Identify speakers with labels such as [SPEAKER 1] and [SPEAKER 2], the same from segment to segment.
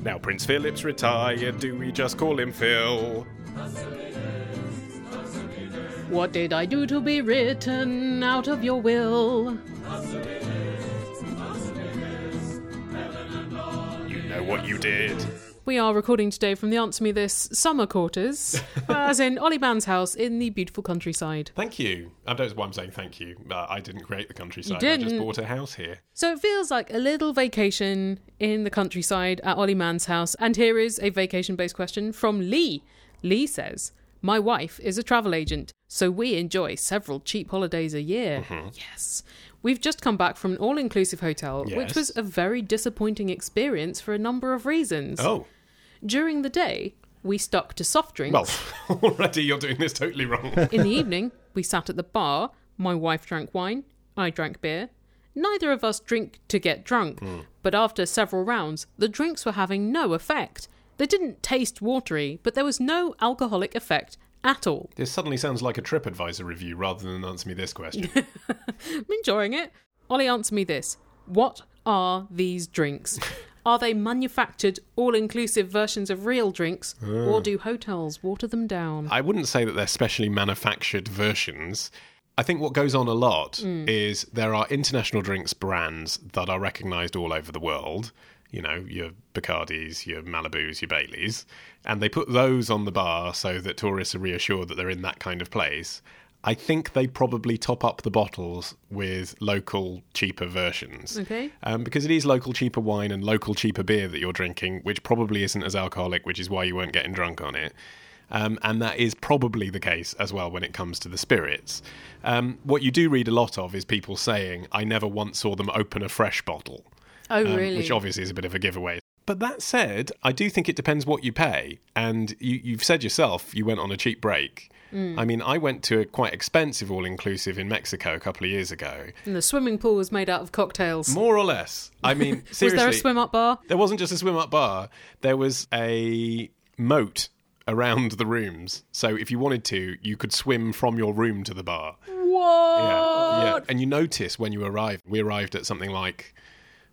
[SPEAKER 1] Now Prince Philip's retired, do we just call him Phil?
[SPEAKER 2] What did I do to be written out of your will?
[SPEAKER 1] You know what you did.
[SPEAKER 2] We are recording today from the Answer Me This summer quarters, as in Ollie Mann's house in the beautiful countryside.
[SPEAKER 3] Thank you. I don't know why I'm saying thank you. Uh, I didn't create the countryside. I
[SPEAKER 2] didn't.
[SPEAKER 3] just bought a house here.
[SPEAKER 2] So it feels like a little vacation in the countryside at Ollie Mann's house. And here is a vacation based question from Lee. Lee says, My wife is a travel agent, so we enjoy several cheap holidays a year.
[SPEAKER 3] Mm-hmm.
[SPEAKER 2] Yes. We've just come back from an all inclusive hotel, which
[SPEAKER 3] Yes.
[SPEAKER 2] was a very disappointing experience for a number of reasons.
[SPEAKER 3] Oh,
[SPEAKER 2] During the day, we stuck to soft drinks.
[SPEAKER 3] well, already you're doing this totally wrong.
[SPEAKER 2] In the evening, we sat at the bar. My wife drank wine, I drank beer. Neither of us drink to get drunk,
[SPEAKER 3] Hmm.
[SPEAKER 2] but after several rounds, the drinks were having no effect. They didn't taste watery, but there was no alcoholic effect at all.
[SPEAKER 3] this suddenly sounds like a TripAdvisor review rather than answer me this question.
[SPEAKER 2] I'm enjoying it. Ollie, answer me this. What are these drinks? Are they manufactured, all inclusive versions of real drinks, or do hotels water them down?
[SPEAKER 3] Ah. I wouldn't say that they're specially manufactured versions. I think what goes on a lot is there are international drinks brands that are recognized all over the world. You know, your Bacardis, your Malibus, your Baileys. And they put those on the bar so that tourists are reassured that they're in that kind of place. I think they probably top up the bottles with local, cheaper versions.
[SPEAKER 2] Okay.
[SPEAKER 3] Um, because it is local, cheaper wine and local, cheaper beer that you're drinking, which probably isn't as alcoholic, which is why you weren't getting drunk on it. Um, and that is probably the case as well when it comes to the spirits. Um, what you do read a lot of is people saying, I never once saw them open a fresh bottle,
[SPEAKER 2] oh,
[SPEAKER 3] um,
[SPEAKER 2] really?
[SPEAKER 3] which obviously is a bit of a giveaway. But that said, I do think it depends what you pay. And you, you've said yourself you went on a cheap break.
[SPEAKER 2] Mm.
[SPEAKER 3] I mean, I went to a quite expensive all inclusive in Mexico a couple of years ago.
[SPEAKER 2] and the swimming pool was made out of cocktails.
[SPEAKER 3] More or less. I mean, seriously.
[SPEAKER 2] was there a swim up bar?
[SPEAKER 3] There wasn't just a swim up bar, there was a moat around the rooms. So if you wanted to, you could swim from your room to the bar.
[SPEAKER 2] What?
[SPEAKER 3] Yeah. yeah. And you notice when you arrived, we arrived at something like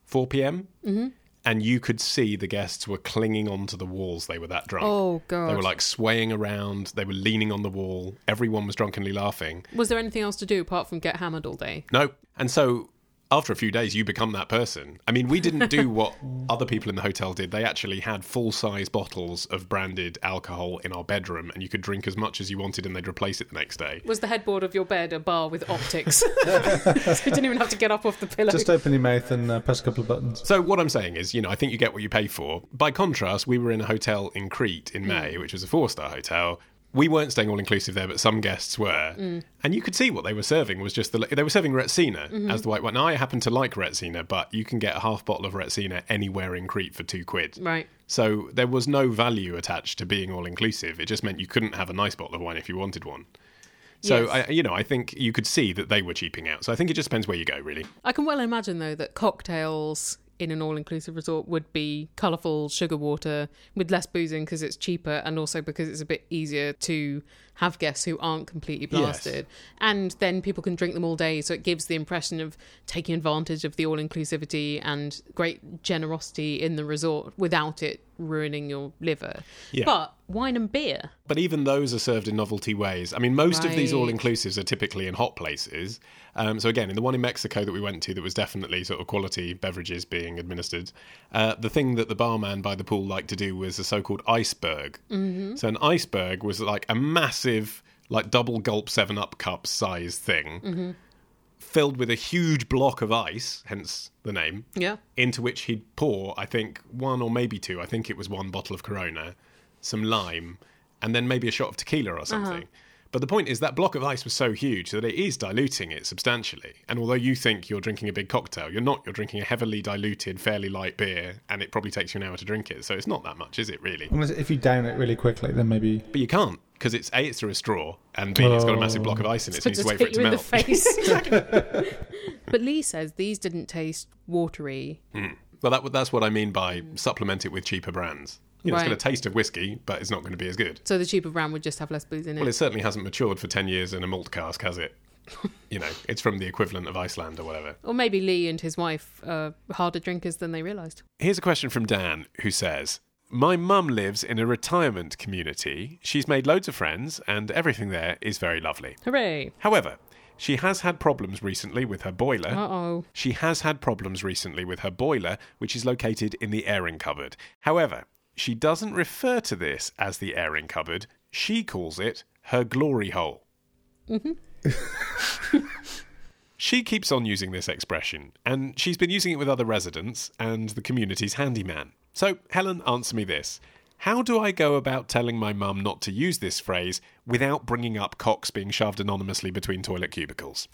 [SPEAKER 3] 4 p.m.
[SPEAKER 2] Mm-hmm.
[SPEAKER 3] And you could see the guests were clinging onto the walls. They were that drunk.
[SPEAKER 2] Oh,
[SPEAKER 3] They were
[SPEAKER 2] God.
[SPEAKER 3] like swaying around. They were leaning on the wall. Everyone was drunkenly laughing.
[SPEAKER 2] Was there anything else to do apart from get hammered all day?
[SPEAKER 3] No. And so after a few days, you become that person. I mean, we didn't do what other people in the hotel did. They actually had full size bottles of branded alcohol in our bedroom, and you could drink as much as you wanted, and they'd replace it the next day.
[SPEAKER 2] Was the headboard of your bed a bar with optics? so you didn't even have to get up off the pillow.
[SPEAKER 4] Just open your mouth and uh, press a couple of buttons.
[SPEAKER 3] So what I'm saying is, you know, I think you get what you pay for. By contrast, we were in a hotel in Crete in May, which was a four-star hotel. We weren't staying all inclusive there, but some guests were, and you could see what they were serving was just the they were serving Retsina as the white wine. Now I happen to like Retsina, but you can get a half bottle of Retsina anywhere in Crete for two quid.
[SPEAKER 2] Right.
[SPEAKER 3] So there was no value attached to being all inclusive. It just meant you couldn't have a nice bottle of wine if you wanted one. So
[SPEAKER 2] Yes.
[SPEAKER 3] I, you know, I think you could see that they were cheaping out. So I think it just depends where you go, really.
[SPEAKER 2] I can well imagine, though, that cocktails in an all inclusive resort would be colourful sugar water with less boozing because it's cheaper and also because it's a bit easier to have guests who aren't completely blasted. And then people can drink them all day, so it gives the impression of taking advantage of the all inclusivity and great generosity in the resort without it ruining your liver.
[SPEAKER 3] Yeah.
[SPEAKER 2] But wine and beer.
[SPEAKER 3] But even those are served in novelty ways. I mean, most of these
[SPEAKER 2] Right.
[SPEAKER 3] all inclusives are typically in hot places. Um, so, again, in the one in Mexico that we went to, that was definitely sort of quality beverages being administered, uh, the thing that the barman by the pool liked to do was a so called iceberg. So, an iceberg was like a massive, like double gulp 7 up cup size thing filled with a huge block of ice, hence the name
[SPEAKER 2] Yeah.
[SPEAKER 3] into which he'd pour, I think, one or maybe two. I think it was one bottle of Corona, some lime, and then maybe a shot of tequila
[SPEAKER 2] Uh-huh.
[SPEAKER 3] or something. But the point is that block of ice was so huge that it is diluting it substantially. And although you think you're drinking a big cocktail, you're not. You're drinking a heavily diluted, fairly light beer, and it probably takes you an hour to drink it. So it's not that much, is it really?
[SPEAKER 4] Unless if you down it really quickly, then maybe
[SPEAKER 3] But you can't because it's a it's through a straw, and b it's got a massive block of ice in it, so you need to
[SPEAKER 2] just
[SPEAKER 3] wait for
[SPEAKER 2] hit
[SPEAKER 3] it to
[SPEAKER 2] you in
[SPEAKER 3] melt.
[SPEAKER 2] the face. but Lee says these didn't taste watery.
[SPEAKER 3] Well, that, that's what I mean by supplement it with cheaper brands. You know,
[SPEAKER 2] Right.
[SPEAKER 3] It's got a taste of whiskey, but it's not going to be as good.
[SPEAKER 2] So the cheaper brand would just have less booze in it.
[SPEAKER 3] Well, it certainly hasn't matured for 10 years in a malt cask, has it? You know, it's from the equivalent of Iceland or whatever.
[SPEAKER 2] Or maybe Lee and his wife are harder drinkers than they realised.
[SPEAKER 3] Here's a question from Dan who says My mum lives in a retirement community. She's made loads of friends, and everything there is very lovely.
[SPEAKER 2] Hooray!
[SPEAKER 3] However, she has had problems recently with her boiler.
[SPEAKER 2] Uh oh.
[SPEAKER 3] She has had problems recently with her boiler, which is located in the airing cupboard. However, she doesn't refer to this as the airing cupboard. She calls it her glory hole. she keeps on using this expression, and she's been using it with other residents and the community's handyman. So, Helen, answer me this. How do I go about telling my mum not to use this phrase without bringing up cocks being shoved anonymously between toilet cubicles?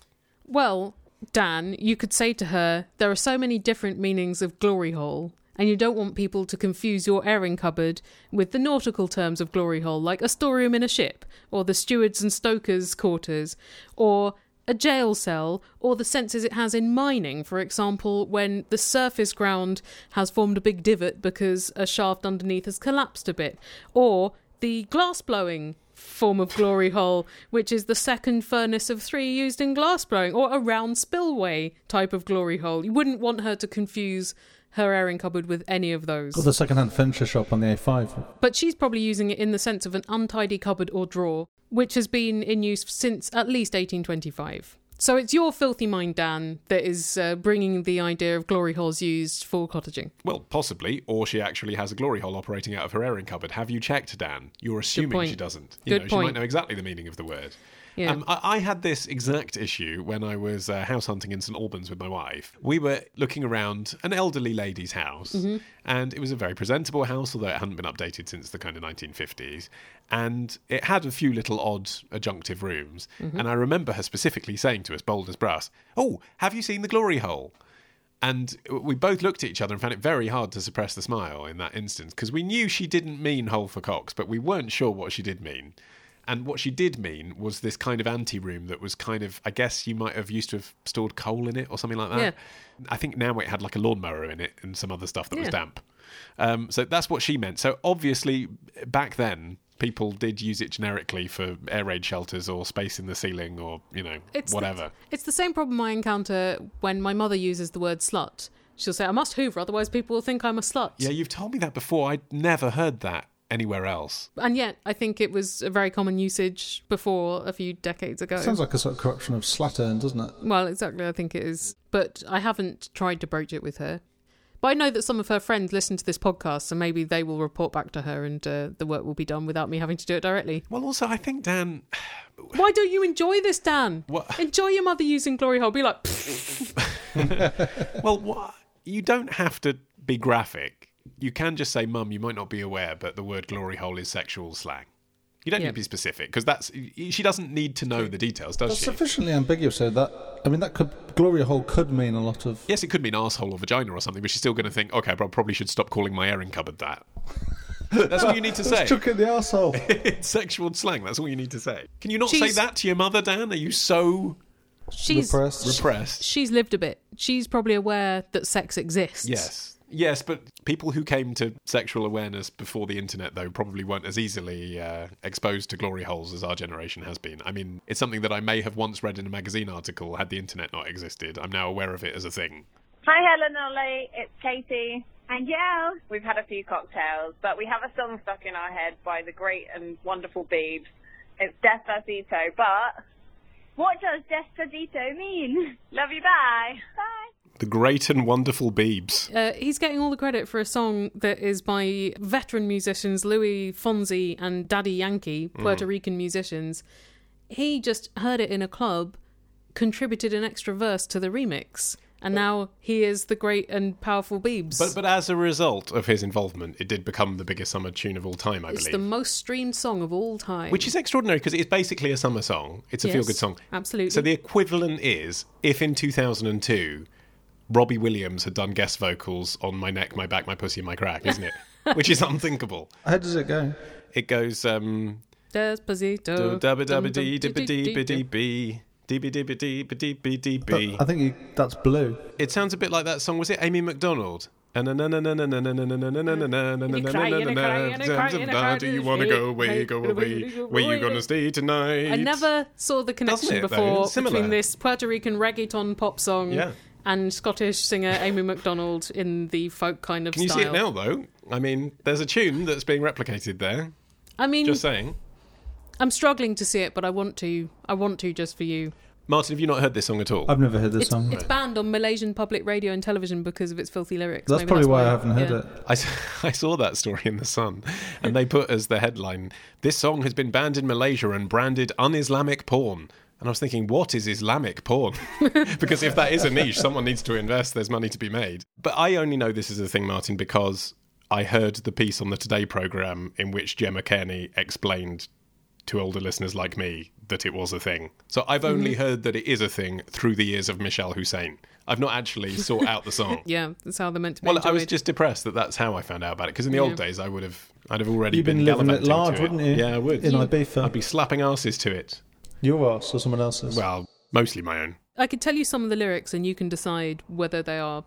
[SPEAKER 2] Well, Dan, you could say to her, there are so many different meanings of glory hole, and you don't want people to confuse your airing cupboard with the nautical terms of glory hole, like a storeroom in a ship, or the stewards and stokers' quarters, or a jail cell, or the senses it has in mining, for example, when the surface ground has formed a big divot because a shaft underneath has collapsed a bit, or the glass blowing form of glory hole, which is the second furnace of three used in glass blowing, or a round spillway type of glory hole. You wouldn't want her to confuse her airing cupboard with any of those.
[SPEAKER 4] Got the second-hand furniture shop on the A5.
[SPEAKER 2] But she's probably using it in the sense of an untidy cupboard or drawer, which has been in use since at least 1825. So it's your filthy mind, Dan, that is uh, bringing the idea of glory holes used for cottaging.
[SPEAKER 3] Well, possibly, or she actually has a glory hole operating out of her airing cupboard. Have you checked, Dan? You're assuming
[SPEAKER 2] point.
[SPEAKER 3] she doesn't. You
[SPEAKER 2] Good
[SPEAKER 3] know, she
[SPEAKER 2] point.
[SPEAKER 3] might know exactly the meaning of the word.
[SPEAKER 2] Yeah.
[SPEAKER 3] Um, I, I had this exact issue when I was uh, house hunting in St Albans with my wife. We were looking around an elderly lady's house,
[SPEAKER 2] Mm-hmm.
[SPEAKER 3] and it was a very presentable house, although it hadn't been updated since the kind of 1950s. And it had a few little odd adjunctive rooms.
[SPEAKER 2] Mm-hmm.
[SPEAKER 3] And I remember her specifically saying to us, bold as brass, Oh, have you seen the glory hole? And we both looked at each other and found it very hard to suppress the smile in that instance because we knew she didn't mean hole for cocks, but we weren't sure what she did mean. And what she did mean was this kind of ante room that was kind of, I guess you might have used to have stored coal in it or something like that. I think now it had like a lawnmower in it and some other stuff that was
[SPEAKER 2] Yeah.
[SPEAKER 3] damp. Um, so that's what she meant. So obviously, back then, people did use it generically for air raid shelters or space in the ceiling or, you know,
[SPEAKER 2] It's
[SPEAKER 3] whatever.
[SPEAKER 2] The, it's the same problem I encounter when my mother uses the word slut. She'll say, I must hoover, otherwise people will think I'm a slut.
[SPEAKER 3] Yeah, you've told me that before. I'd never heard that anywhere else.
[SPEAKER 2] And yet, I think it was a very common usage before a few decades ago.
[SPEAKER 4] Sounds like a sort of corruption of slattern, doesn't it?
[SPEAKER 2] Well, exactly, I think it is. But I haven't tried to broach it with her. But I know that some of her friends listen to this podcast, so maybe they will report back to her and uh, the work will be done without me having to do it directly.
[SPEAKER 3] Well, also, I think Dan.
[SPEAKER 2] Why don't you enjoy this, Dan?
[SPEAKER 3] What-
[SPEAKER 2] Enjoy your mother using glory hole. Be like, "Pfft,
[SPEAKER 3] Well, wha- you don't have to be graphic. You can just say, "Mum, you might not be aware, but the word glory hole is sexual slang." You don't
[SPEAKER 2] Yeah.
[SPEAKER 3] need to be specific because that's she doesn't need to know the details, does
[SPEAKER 4] That's
[SPEAKER 3] she?
[SPEAKER 4] sufficiently ambiguous, so that I mean, that could Gloria Hole could mean a lot of.
[SPEAKER 3] Yes, it could mean asshole or vagina or something, but she's still going to think, "Okay, but I probably should stop calling my airing cupboard that." That's all you need to say.
[SPEAKER 4] Chuck in the arsehole.
[SPEAKER 3] It's sexual slang. That's all you need to say. Can you not say
[SPEAKER 2] She's-
[SPEAKER 3] that to your mother, Dan? Are you so
[SPEAKER 2] she's
[SPEAKER 4] Repressed.
[SPEAKER 3] repressed?
[SPEAKER 2] she's lived a bit. She's probably aware that sex exists.
[SPEAKER 3] Yes. Yes, but people who came to sexual awareness before the internet, though, probably weren't as easily uh, exposed to glory holes as our generation has been. I mean, it's something that I may have once read in a magazine article had the internet not existed. I'm now aware of it as a thing.
[SPEAKER 5] Hi, Helen Ollie. It's Katie. And Yell. We've had a few cocktails, but we have a song stuck in our head by the great and wonderful Beebs. It's Despacito, but what does Despacito mean? Love you, bye. Bye.
[SPEAKER 3] The great and wonderful Beebs.
[SPEAKER 2] Uh, he's getting all the credit for a song that is by veteran musicians Louis Fonzi and Daddy Yankee,
[SPEAKER 3] Mm.
[SPEAKER 2] Puerto Rican musicians. He just heard it in a club, contributed an extra verse to the remix, and now he is the great and powerful Biebs.
[SPEAKER 3] But, but as a result of his involvement, it did become the biggest summer tune of all time, I
[SPEAKER 2] it's
[SPEAKER 3] believe.
[SPEAKER 2] the most streamed song of all time.
[SPEAKER 3] Which is extraordinary because it's basically a summer song. It's a
[SPEAKER 2] Yes,
[SPEAKER 3] feel good song.
[SPEAKER 2] absolutely.
[SPEAKER 3] So the equivalent is if in 2002 Robbie Williams had done guest vocals on My Neck, My Back, My Pussy, and My Crack, isn't it? Which is unthinkable.
[SPEAKER 4] How does it go?
[SPEAKER 3] It goes um
[SPEAKER 2] Despacito.
[SPEAKER 3] dabba
[SPEAKER 2] Oh, Dum, dum,
[SPEAKER 3] dabba dee
[SPEAKER 2] dee,
[SPEAKER 3] dibba dee
[SPEAKER 2] dee, dee,
[SPEAKER 3] ba dee
[SPEAKER 2] dee.
[SPEAKER 3] bee. Dee bee dee ba dee ba dee bee dee
[SPEAKER 4] That-
[SPEAKER 3] bee.
[SPEAKER 4] I think you, that's blue.
[SPEAKER 3] It sounds a bit like that song. Was it Amy McDonald?
[SPEAKER 2] And you cry, and you cry, and you cry, and you cry,
[SPEAKER 3] Do you want to go away? Go away. Where you gonna stay tonight?
[SPEAKER 2] I never saw the connection
[SPEAKER 3] it, though?
[SPEAKER 2] before
[SPEAKER 3] It's similar.
[SPEAKER 2] between this Puerto Rican reggaeton pop song
[SPEAKER 3] Yeah.
[SPEAKER 2] and Scottish singer Amy MacDonald in the folk kind of
[SPEAKER 3] Can you
[SPEAKER 2] style.
[SPEAKER 3] see it now, though? I mean, there's a tune that's being replicated there.
[SPEAKER 2] I mean,
[SPEAKER 3] Just saying.
[SPEAKER 2] I'm struggling to see it, but I want to. I want to just for you.
[SPEAKER 3] Martin, have you not heard this song at all?
[SPEAKER 4] I've never heard this
[SPEAKER 2] It's,
[SPEAKER 4] song.
[SPEAKER 2] it's banned on Malaysian public radio and television because of its filthy lyrics.
[SPEAKER 4] that's
[SPEAKER 2] Maybe
[SPEAKER 4] probably why I haven't
[SPEAKER 2] yeah.
[SPEAKER 4] heard it.
[SPEAKER 3] I, s- I saw that story in The Sun, and they put as the headline, This song has been banned in Malaysia and branded un Islamic porn. And I was thinking, what is Islamic porn? because if that is a niche, someone needs to invest, there's money to be made. But I only know this is a thing, Martin, because I heard the piece on the Today programme in which Gemma Kearney explained to older listeners like me that it was a thing. So I've only heard that it is a thing through the ears of Michelle Hussein. I've not actually sought out the song.
[SPEAKER 2] Yeah, that's how they're meant to be.
[SPEAKER 3] Well, I was
[SPEAKER 2] enjoyed.
[SPEAKER 3] just depressed that that's how I found out about it. Because in the old days, I would have, I'd have already
[SPEAKER 4] You've been, living at
[SPEAKER 3] gallivanting
[SPEAKER 4] large,
[SPEAKER 3] to it.
[SPEAKER 4] wouldn't you?
[SPEAKER 3] Yeah, I would.
[SPEAKER 4] In Ibiza.
[SPEAKER 3] I'd be slapping asses to it.
[SPEAKER 4] Your ass or someone else's?
[SPEAKER 3] Well, mostly my own.
[SPEAKER 2] I could tell you some of the lyrics, and you can decide whether they are.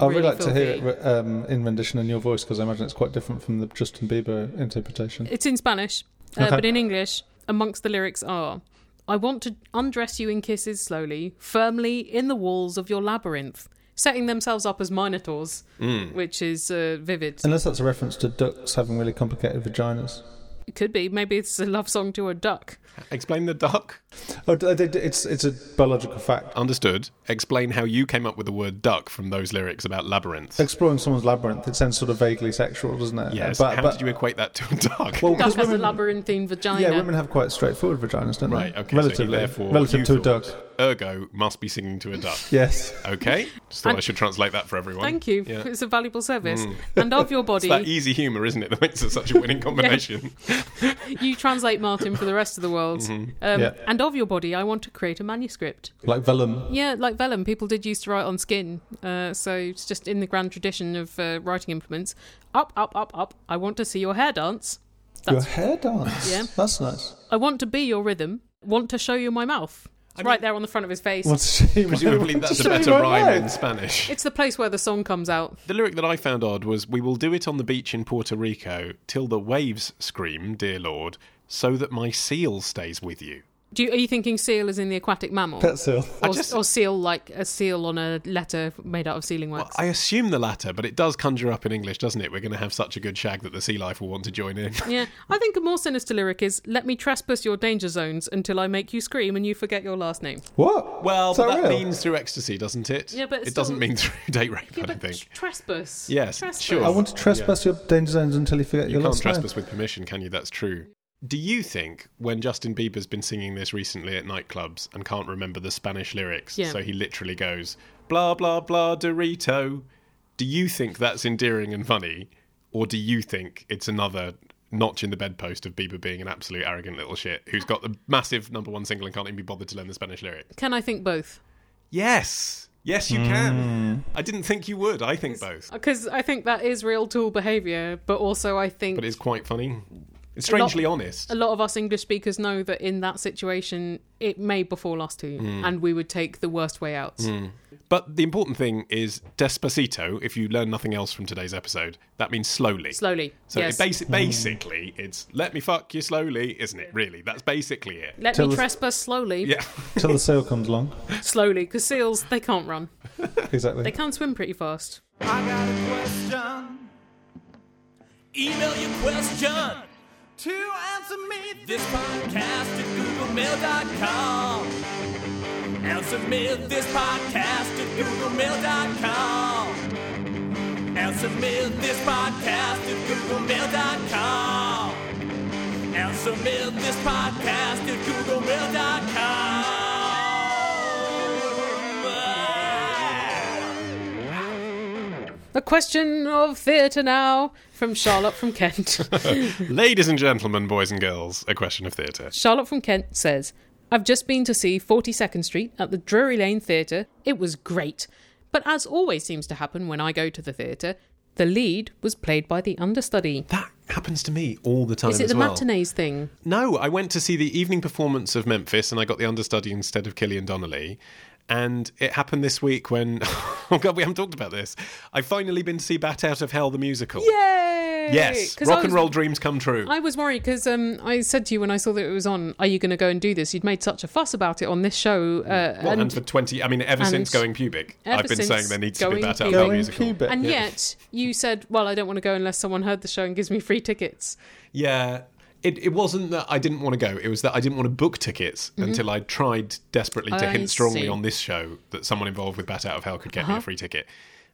[SPEAKER 4] I'd really
[SPEAKER 2] really
[SPEAKER 4] like to hear it
[SPEAKER 2] filthy.
[SPEAKER 4] re- um, in rendition in your voice because I imagine it's quite different from the Justin Bieber interpretation.
[SPEAKER 2] It's in Spanish, uh,
[SPEAKER 4] Okay.
[SPEAKER 2] but in English, amongst the lyrics are I want to undress you in kisses slowly, firmly in the walls of your labyrinth, setting themselves up as minotaurs,
[SPEAKER 3] Hmm.
[SPEAKER 2] which is uh, vivid.
[SPEAKER 4] Unless that's a reference to ducks having really complicated vaginas.
[SPEAKER 2] It could be. Maybe it's a love song to a duck.
[SPEAKER 3] Explain the duck.
[SPEAKER 4] Oh, d- d- d- it's it's a biological fact.
[SPEAKER 3] Understood. Explain how you came up with the word duck from those lyrics about labyrinths.
[SPEAKER 4] Exploring someone's labyrinth, it sounds sort of vaguely sexual, doesn't it?
[SPEAKER 3] yes.
[SPEAKER 4] Uh, but-
[SPEAKER 3] how
[SPEAKER 4] but-
[SPEAKER 3] did you equate that to a duck?
[SPEAKER 4] well,
[SPEAKER 2] Duck
[SPEAKER 4] 'cause
[SPEAKER 2] has a
[SPEAKER 4] women-
[SPEAKER 2] labyrinthine vagina.
[SPEAKER 4] Yeah, women have quite straightforward vaginas, don't
[SPEAKER 3] right.
[SPEAKER 4] they?
[SPEAKER 3] Okay. so
[SPEAKER 4] Relatively,
[SPEAKER 3] you therefore, you
[SPEAKER 4] relative to a
[SPEAKER 3] thought,
[SPEAKER 4] duck.
[SPEAKER 3] Ergo must be singing to a duck.
[SPEAKER 4] Yes.
[SPEAKER 3] Okay. Just thought
[SPEAKER 2] And-
[SPEAKER 3] I should translate that for everyone.
[SPEAKER 2] Thank you.
[SPEAKER 3] Yeah. Hmm.
[SPEAKER 2] It's a valuable service. And of your
[SPEAKER 3] It's that
[SPEAKER 2] body,
[SPEAKER 3] easy humour, isn't it, that makes it such a winning combination? e-
[SPEAKER 2] you translate Martin for the rest of the world.
[SPEAKER 3] Mm-hmm.
[SPEAKER 2] Um,
[SPEAKER 4] Yeah.
[SPEAKER 2] And of your body, I want to create a manuscript.
[SPEAKER 4] Like vellum.
[SPEAKER 2] Yeah, like vellum, people did used to write on skin. Uh, so it's just in the grand tradition of uh, writing implements. Up, up, up, up. I want to see your hair dance.
[SPEAKER 4] Your hair dance.
[SPEAKER 2] Yeah.
[SPEAKER 4] That's nice.
[SPEAKER 2] I want to be your rhythm. Want to show you my mouth. It's right there on the front of his face.
[SPEAKER 4] What a shame.
[SPEAKER 3] Presumably
[SPEAKER 4] What
[SPEAKER 3] that's a
[SPEAKER 4] shame
[SPEAKER 3] better
[SPEAKER 4] I
[SPEAKER 3] rhyme in
[SPEAKER 4] like.
[SPEAKER 3] Spanish.
[SPEAKER 2] It's the place where the song comes out.
[SPEAKER 3] The lyric that I found odd was We will do it on the beach in Puerto Rico till the waves scream, dear Lord, so that my seal stays with you.
[SPEAKER 2] Do you, are you thinking seal is in the aquatic mammal?
[SPEAKER 4] Pet seal.
[SPEAKER 2] Or,
[SPEAKER 3] just-
[SPEAKER 2] or seal like a seal on a letter made out of sealing wax.
[SPEAKER 3] I assume the latter, but it does conjure up in English, doesn't it? We're going to have such a good shag that the sea life will want to join in.
[SPEAKER 2] yeah, I think a more sinister lyric is "Let me trespass your danger zones until I make you scream and you forget your last name."
[SPEAKER 4] What?
[SPEAKER 3] Well,
[SPEAKER 4] Is
[SPEAKER 3] but that
[SPEAKER 4] real?
[SPEAKER 3] means through ecstasy, doesn't it?
[SPEAKER 2] Yeah, but
[SPEAKER 3] it
[SPEAKER 2] still-
[SPEAKER 3] doesn't mean through date rape, I
[SPEAKER 2] Yeah,
[SPEAKER 3] don't
[SPEAKER 2] but
[SPEAKER 3] think.
[SPEAKER 2] trespass.
[SPEAKER 3] Yes,
[SPEAKER 2] trespass.
[SPEAKER 3] sure.
[SPEAKER 4] I want to trespass your danger zones until you forget
[SPEAKER 3] You
[SPEAKER 4] your
[SPEAKER 3] can't
[SPEAKER 4] last name.
[SPEAKER 3] trespass with permission, can you? That's true. Do you think when Justin Bieber's been singing this recently at nightclubs and can't remember the Spanish lyrics,
[SPEAKER 2] Yeah.
[SPEAKER 3] so he literally goes blah blah blah Dorito? Do you think that's endearing and funny, or do you think it's another notch in the bedpost of Bieber being an absolute arrogant little shit who's got the massive number one single and can't even be bothered to learn the Spanish lyrics?
[SPEAKER 2] Can I think both?
[SPEAKER 3] Yes, yes, you can. I didn't think you would. I think both,
[SPEAKER 2] Because I think that is real tool behaviour, but also I think
[SPEAKER 3] but it's quite funny. It's strangely honest.
[SPEAKER 2] a lot of us English speakers know that in that situation it may befall us too,
[SPEAKER 3] Mm.
[SPEAKER 2] and we would take the worst way out.
[SPEAKER 3] But the important thing is despacito, if you learn nothing else from today's episode, that means slowly.
[SPEAKER 2] Slowly.
[SPEAKER 3] So
[SPEAKER 2] yes.
[SPEAKER 3] it basi- basically, it's let me fuck you slowly, isn't it? Really, that's basically it.
[SPEAKER 2] Let
[SPEAKER 4] Tell
[SPEAKER 2] me
[SPEAKER 4] us-
[SPEAKER 2] trespass slowly.
[SPEAKER 3] Yeah.
[SPEAKER 4] Until the seal comes along.
[SPEAKER 2] Slowly, because seals, they can't run.
[SPEAKER 4] Exactly.
[SPEAKER 2] They can swim pretty fast.
[SPEAKER 6] I got a question. Email your question to answer me this podcast at googlemail.com. Answer me this podcast at googlemail.com. Answer me this podcast at googlemail.com. Answer me this podcast at googlemail.com.
[SPEAKER 2] A question of theatre now from Charlotte from Kent.
[SPEAKER 3] Ladies and gentlemen, boys and girls, a question of theatre.
[SPEAKER 2] Charlotte from Kent says, I've just been to see 42nd Street at the Drury Lane Theatre. It was great. But as always seems to happen when I go to the theatre, the lead was played by the understudy.
[SPEAKER 3] That happens to me all the time.
[SPEAKER 2] Is it
[SPEAKER 3] as
[SPEAKER 2] the
[SPEAKER 3] well.
[SPEAKER 2] matinees thing?
[SPEAKER 3] No, I went to see the evening performance of Memphis and I got the understudy instead of Killian Donnelly. And it happened this week when, oh God, we haven't talked about this. I've finally been to see Bat Out of Hell, the musical.
[SPEAKER 2] Yay!
[SPEAKER 3] Yes,
[SPEAKER 2] 'Cause I
[SPEAKER 3] rock and
[SPEAKER 2] was-
[SPEAKER 3] roll dreams come true.
[SPEAKER 2] I was worried because um, I said to you when I saw that it was on, "Are you going to go and do this?" You'd made such a fuss about it on this show, uh,
[SPEAKER 3] Well, and,
[SPEAKER 2] and,
[SPEAKER 3] for 20, I mean, ever
[SPEAKER 2] and
[SPEAKER 3] since going pubic,
[SPEAKER 2] ever
[SPEAKER 3] I've been
[SPEAKER 2] since
[SPEAKER 3] saying there needs to be
[SPEAKER 2] going
[SPEAKER 3] Bat Out of Hell
[SPEAKER 2] pubic.
[SPEAKER 4] Going
[SPEAKER 3] musical.
[SPEAKER 4] pubic.
[SPEAKER 2] and yet you said, "Well, I don't want to go unless someone heard the show and gives me free tickets."
[SPEAKER 3] Yeah. It, it wasn't that I didn't want to go. It was that I didn't want to book tickets until I tried desperately to
[SPEAKER 2] Mm-hmm. I
[SPEAKER 3] hint strongly
[SPEAKER 2] see. Uh-huh.
[SPEAKER 3] on this show that someone involved with Bat Out of Hell could get me a free ticket.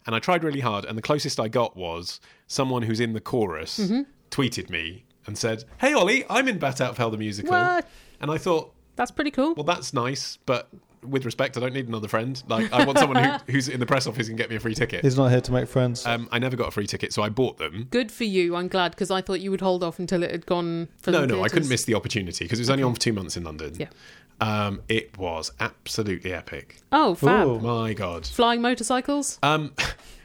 [SPEAKER 3] And I tried really hard, and the closest I got was someone who's in the chorus
[SPEAKER 2] Mm-hmm.
[SPEAKER 3] tweeted me and said, Hey, Ollie, I'm in Bat Out of Hell, the musical.
[SPEAKER 2] What?
[SPEAKER 3] And I thought,
[SPEAKER 2] That's pretty cool.
[SPEAKER 3] well, that's nice, but with respect, I don't need another friend. Like, I want someone who, who's in the press office and get me a free ticket.
[SPEAKER 4] He's not here to make friends.
[SPEAKER 3] Um, I never got a free ticket, so I bought them.
[SPEAKER 2] Good for you. I'm glad because I thought you would hold off until it had gone. For
[SPEAKER 3] No,
[SPEAKER 2] the
[SPEAKER 3] no, I couldn't
[SPEAKER 2] theatres.
[SPEAKER 3] miss the opportunity because it was only on for two months in London.
[SPEAKER 2] Yeah.
[SPEAKER 3] Um, it was absolutely epic.
[SPEAKER 2] Oh, fab!
[SPEAKER 4] Ooh.
[SPEAKER 3] My God.
[SPEAKER 2] Flying motorcycles.
[SPEAKER 3] Um,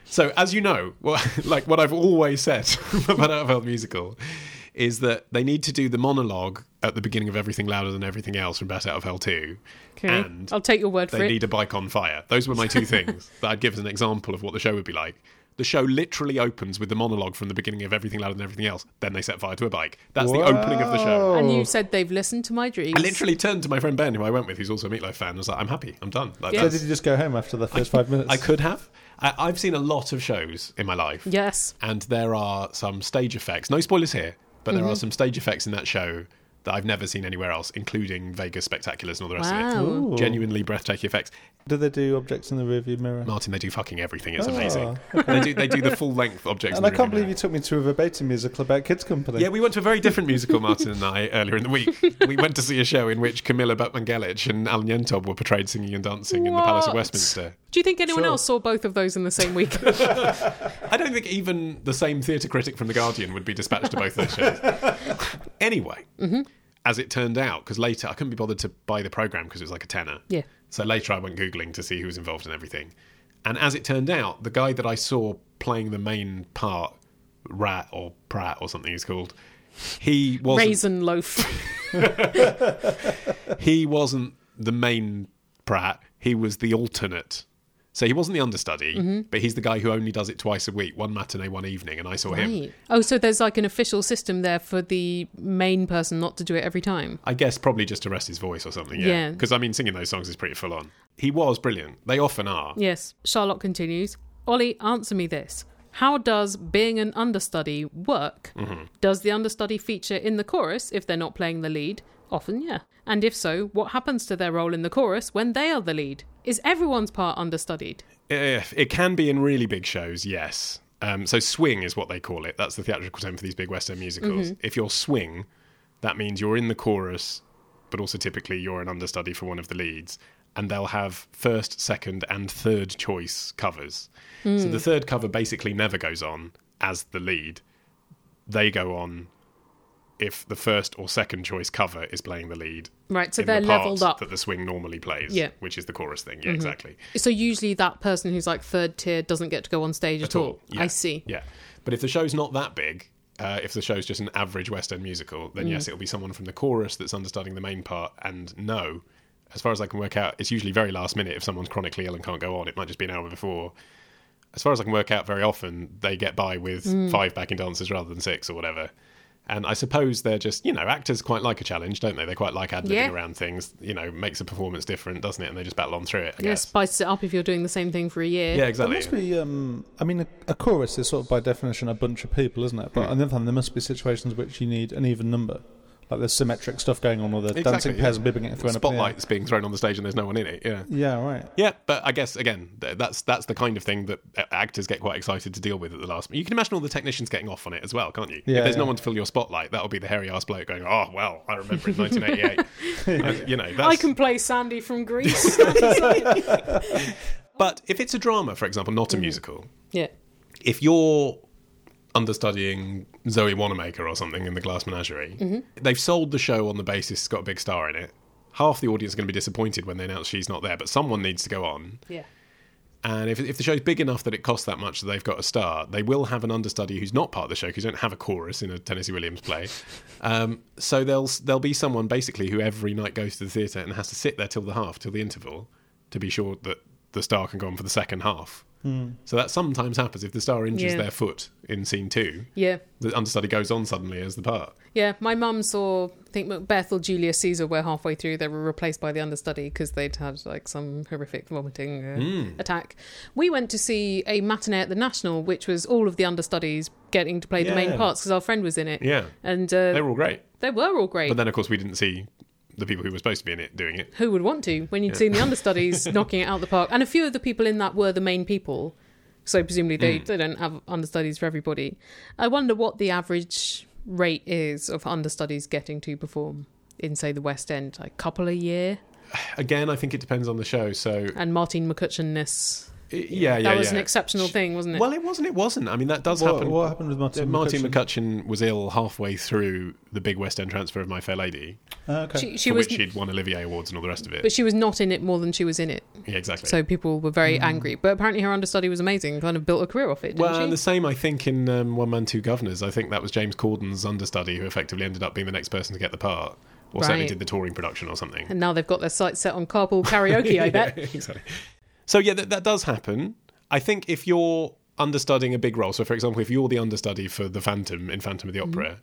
[SPEAKER 3] so, as you know, what, like what I've always said about Outfield Musical is that they need to do the monologue at the beginning of Everything Louder Than Everything Else from Bat Out of Hell 2.
[SPEAKER 2] okay,
[SPEAKER 3] And
[SPEAKER 2] I'll take your word for
[SPEAKER 3] they
[SPEAKER 2] it.
[SPEAKER 3] need a bike on fire. Those were my two things that I'd give as an example of what the show would be like. The show literally opens with the monologue from the beginning of Everything Louder Than Everything Else. Then they set fire to a bike. That's the opening of the show.
[SPEAKER 2] and you said they've listened to my dreams.
[SPEAKER 3] Oh. I literally turned to my friend Ben, who I went with, who's also a Meatloaf fan, and was like, I'm happy, I'm done. Like,
[SPEAKER 2] Yeah.
[SPEAKER 4] so
[SPEAKER 3] that's-
[SPEAKER 4] did you just go home after the first five minutes?
[SPEAKER 3] I could have. I, I've seen a lot of shows in my life.
[SPEAKER 2] Yes.
[SPEAKER 3] And there are some stage effects. No spoilers here, but there are some stage effects in that show that I've never seen anywhere else, including Vegas Spectaculars and all the rest
[SPEAKER 2] Wow.
[SPEAKER 3] of
[SPEAKER 4] Ooh.
[SPEAKER 3] it. Genuinely breathtaking effects.
[SPEAKER 4] Do they do objects in the rearview mirror?
[SPEAKER 3] Martin, they do fucking everything. It's
[SPEAKER 4] Oh,
[SPEAKER 3] amazing. They do they do the full length objects.
[SPEAKER 4] And I can't believe you took me to a verbatim musical about Kids Company.
[SPEAKER 3] Yeah, we went to a very different musical, Martin and I, earlier in the week. We went to see a show in which Camilla Butman-Gelich and Alan Yentob were portrayed singing and dancing in the Palace of
[SPEAKER 2] What?
[SPEAKER 3] Westminster.
[SPEAKER 2] Do you think anyone
[SPEAKER 4] Sure.
[SPEAKER 2] else saw both of those in the same week?
[SPEAKER 3] I don't think even the same theatre critic from The Guardian would be dispatched to both those shows. anyway,
[SPEAKER 2] Mm-hmm.
[SPEAKER 3] as it turned out, because later I couldn't be bothered to buy the programme because it was like a tenner.
[SPEAKER 2] Yeah.
[SPEAKER 3] So later I went Googling to see who was involved in everything. And as it turned out, the guy that I saw playing the main part, Rat or Pratt or something he's called, he wasn't,
[SPEAKER 2] Raisin loaf.
[SPEAKER 3] he wasn't the main Pratt, he was the alternate. So he wasn't the understudy, but he's the guy who only does it twice a week, one matinee, one evening, and I saw him.
[SPEAKER 2] Right. Oh, so there's like an official system there for the main person not to do it every time.
[SPEAKER 3] I guess probably just to rest his voice or something.
[SPEAKER 2] Yeah.
[SPEAKER 3] Yeah. Because I mean, singing those songs is pretty full on. He was brilliant. They often are.
[SPEAKER 2] Yes. Charlotte continues Ollie, answer me this. How does being an understudy work?
[SPEAKER 3] Mm-hmm.
[SPEAKER 2] Does the understudy feature in the chorus if they're not playing the lead? Often, yeah. And if so, what happens to their role in the chorus when they are the lead? Is everyone's part understudied?
[SPEAKER 3] If- it can be in really big shows, yes. Um, so swing is what they call it. That's the theatrical term for these big Western musicals.
[SPEAKER 2] Mm-hmm.
[SPEAKER 3] If you're swing, that means you're in the chorus, but also typically you're an understudy for one of the leads. And they'll have first, second, and third choice covers.
[SPEAKER 2] Hmm.
[SPEAKER 3] So the third cover basically never goes on as the lead. They go on if the first or second choice cover is playing the lead.
[SPEAKER 2] Right, so
[SPEAKER 3] in
[SPEAKER 2] they're
[SPEAKER 3] the part
[SPEAKER 2] leveled up.
[SPEAKER 3] That the swing normally plays,
[SPEAKER 2] Yeah. Mm-hmm.
[SPEAKER 3] which is the chorus thing. Yeah, exactly.
[SPEAKER 2] So usually that person who's like third tier doesn't get to go on stage at, all.
[SPEAKER 3] Yeah.
[SPEAKER 2] I see.
[SPEAKER 3] Yeah, but if the show's not that big, uh, if the show's just an average West End musical, then
[SPEAKER 2] Mm.
[SPEAKER 3] yes, it'll be someone from the chorus that's understudying the main part. And no, as far as I can work out, it's usually very last minute. If someone's chronically ill and can't go on, it might just be an hour before. As far as I can work out, very often they get by with
[SPEAKER 2] Mm.
[SPEAKER 3] five backing dancers rather than six or whatever. And I suppose they're just, you know, actors quite like a challenge, don't they? They quite like ad libbing
[SPEAKER 2] Yeah.
[SPEAKER 3] around things. You know, makes a performance different, doesn't it? And they just battle on through it. I
[SPEAKER 2] Yeah,
[SPEAKER 3] guess.
[SPEAKER 2] spice it up if you're doing the same thing for a year.
[SPEAKER 3] Yeah,
[SPEAKER 4] There
[SPEAKER 3] exactly.
[SPEAKER 4] must be, um, I mean, a, a chorus is sort of by definition a bunch of people, isn't it?
[SPEAKER 3] Hmm.
[SPEAKER 4] But on the other hand, there must be situations which you need an even number. Like there's symmetric stuff going on, or the
[SPEAKER 3] Exactly,
[SPEAKER 4] dancing
[SPEAKER 3] yeah.
[SPEAKER 4] pairs and bibbing it thrown up in the air.
[SPEAKER 3] Spotlights being thrown on the stage and there's no one in it. Yeah.
[SPEAKER 4] Yeah, right.
[SPEAKER 3] Yeah, but I guess again, th- that's that's the kind of thing that uh, actors get quite excited to deal with at the last. You can imagine all the technicians getting off on it as well, can't you?
[SPEAKER 4] Yeah,
[SPEAKER 3] if there's no
[SPEAKER 4] yeah.
[SPEAKER 3] one to fill your spotlight, that'll be the hairy ass bloke going, "Oh well, I remember in 1988." Uh, you know, that's,
[SPEAKER 2] I can play Sandy from Greece.
[SPEAKER 3] But if it's a drama, for example,
[SPEAKER 2] Mm-hmm.
[SPEAKER 3] not a musical,
[SPEAKER 2] yeah.
[SPEAKER 3] if you're understudying Zoe Wanamaker or something in the Glass Menagerie, they've sold the show on the basis it's got a big star in it. Half the audience are going to be disappointed when they announce she's not there, but someone needs to go on.
[SPEAKER 2] Yeah.
[SPEAKER 3] And if, if the show's big enough that it costs that much that they've got a star, they will have an understudy who's not part of the show because you don't have a chorus in a Tennessee Williams play. Um, so there'll there'll be someone basically who every night goes to the theatre and has to sit there till the half, till the interval, to be sure that the star can go on for the second half. So that sometimes happens if the star injures
[SPEAKER 2] Hmm. Yeah.
[SPEAKER 3] their foot in scene two.
[SPEAKER 2] Yeah.
[SPEAKER 3] The understudy goes on suddenly as the part.
[SPEAKER 2] Yeah, my mum saw, I think Macbeth or Julius Caesar were halfway through. They were replaced by the understudy because they'd had like some horrific vomiting uh,
[SPEAKER 3] Hmm.
[SPEAKER 2] attack. We went to see a matinee at the National, which was all of the understudies getting to play the main
[SPEAKER 4] Yeah.
[SPEAKER 2] parts because our friend was in it.
[SPEAKER 3] Yeah.
[SPEAKER 2] And uh,
[SPEAKER 3] They were all great.
[SPEAKER 2] they were all great.
[SPEAKER 3] But then, of course, we didn't see the people who were supposed to be in it doing it.
[SPEAKER 2] Who would want to when you'd seen the understudies knocking it out the park? And a few of the people in that were the main people. So presumably they,
[SPEAKER 3] Mm.
[SPEAKER 2] they don't have understudies for everybody. I wonder what the average rate is of understudies getting to perform in, say, the West End, a couple a year.
[SPEAKER 3] Again, I think it depends on the show. So,
[SPEAKER 2] And Martin McCutcheonness.
[SPEAKER 3] i- yeah, yeah,
[SPEAKER 2] Uh, That was
[SPEAKER 3] yeah.
[SPEAKER 2] an exceptional thing, wasn't it?
[SPEAKER 3] Well, it wasn't. It wasn't. I mean, that does
[SPEAKER 4] What,
[SPEAKER 3] happen. Uh,
[SPEAKER 4] what happened with Martin?
[SPEAKER 3] Martin McCutcheon was ill halfway through the big West End transfer of My Fair Lady,
[SPEAKER 4] Ah, okay.
[SPEAKER 2] she, she
[SPEAKER 3] for
[SPEAKER 2] was,
[SPEAKER 3] which she'd won Olivier Awards and all the rest of it.
[SPEAKER 2] but she was not in it more than she was in it.
[SPEAKER 3] yeah, exactly.
[SPEAKER 2] So people were very angry. But apparently her understudy was amazing, kind of built a career off it, didn't
[SPEAKER 3] Mm. well,
[SPEAKER 2] she?
[SPEAKER 3] and the same, I think, in um, One Man, Two Governors. I think that was James Corden's understudy who effectively ended up being the next person to get the part, or certainly
[SPEAKER 2] Right.
[SPEAKER 3] did the touring production or something.
[SPEAKER 2] and now they've got their sights set on carpool karaoke, I bet.
[SPEAKER 3] Yeah, exactly. So yeah, that, that does happen. I think if you're understudying a big role, so for example, if you're the understudy for the Phantom in Phantom of the
[SPEAKER 2] Mm-hmm.
[SPEAKER 3] Opera,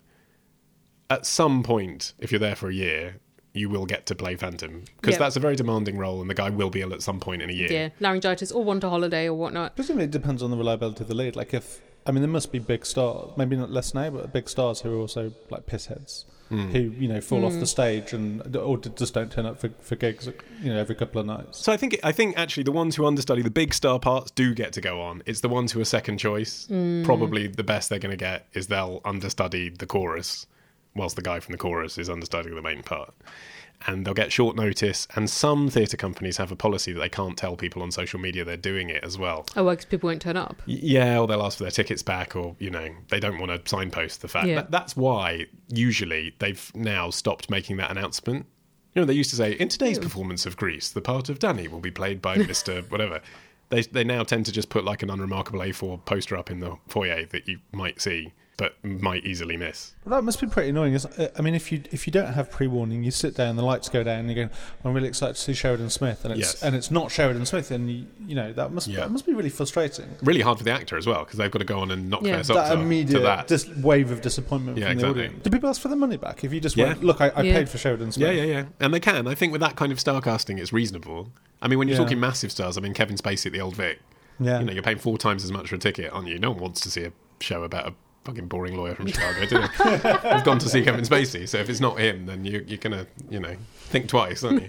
[SPEAKER 3] at some point, if you're there for a year, you will get to play Phantom because
[SPEAKER 2] Yeah.
[SPEAKER 3] that's a very demanding role, and the guy will be ill at some point in a year.
[SPEAKER 2] yeah, laryngitis or want a holiday or whatnot.
[SPEAKER 4] Presumably, it depends on the reliability of the lead. Like, if I mean, there must be big stars, maybe not less now, but big stars who are also like pissheads
[SPEAKER 3] Hmm.
[SPEAKER 4] who you know fall off the stage and or d- just don't turn up for, for gigs, you know, every couple of nights.
[SPEAKER 3] So I think I think actually the ones who understudy the big star parts do get to go on. It's the ones who are second choice. Probably the best they're going to get is they'll understudy the chorus, whilst the guy from the chorus is understudying the main part, and they'll get short notice. And some theatre companies have a policy that they can't tell people on social media they're doing it as well.
[SPEAKER 2] Oh, well, because people won't turn up.
[SPEAKER 3] Y- Yeah, or they'll ask for their tickets back, or you know they don't want to signpost the fact.
[SPEAKER 2] Yeah.
[SPEAKER 3] That, that's why usually they've now stopped making that announcement. You know, they used to say in today's performance of Greece, the part of Danny will be played by Mister whatever. They they now tend to just put like an unremarkable A4 poster up in the foyer that you might see, but might easily miss.
[SPEAKER 4] Well, that must be pretty annoying. Isn't it? I mean, if you if you don't have pre warning, you sit down, the lights go down, and you go, "I'm really excited to see Sheridan Smith," and it's
[SPEAKER 3] Yes.
[SPEAKER 4] and it's not Sheridan Smith, and you, you know that must
[SPEAKER 3] Yeah.
[SPEAKER 4] that must be really frustrating.
[SPEAKER 3] Really hard for the actor as well because they've got to go on and knock
[SPEAKER 2] Yeah.
[SPEAKER 3] their socks
[SPEAKER 4] That
[SPEAKER 3] off to
[SPEAKER 4] immediate
[SPEAKER 3] that.
[SPEAKER 4] dis- wave of disappointment
[SPEAKER 3] Yeah,
[SPEAKER 4] from
[SPEAKER 3] exactly.
[SPEAKER 4] the audience. Do people ask for their money back if you just
[SPEAKER 3] Yeah.
[SPEAKER 4] went, "Look, I, I
[SPEAKER 2] Yeah.
[SPEAKER 4] paid for Sheridan Smith"?
[SPEAKER 3] Yeah, yeah, yeah. And they can. I think with that kind of star casting, it's reasonable. I mean, when you're
[SPEAKER 4] Yeah.
[SPEAKER 3] talking massive stars, I mean, Kevin Spacey at the Old Vic.
[SPEAKER 4] Yeah.
[SPEAKER 3] You know, you're paying four times as much for a ticket, aren't you? No one wants to see a show about a fucking boring lawyer from Chicago, do they? I've gone to see Kevin Spacey, so if it's not him, then you, you're going to, you know, think twice, aren't you?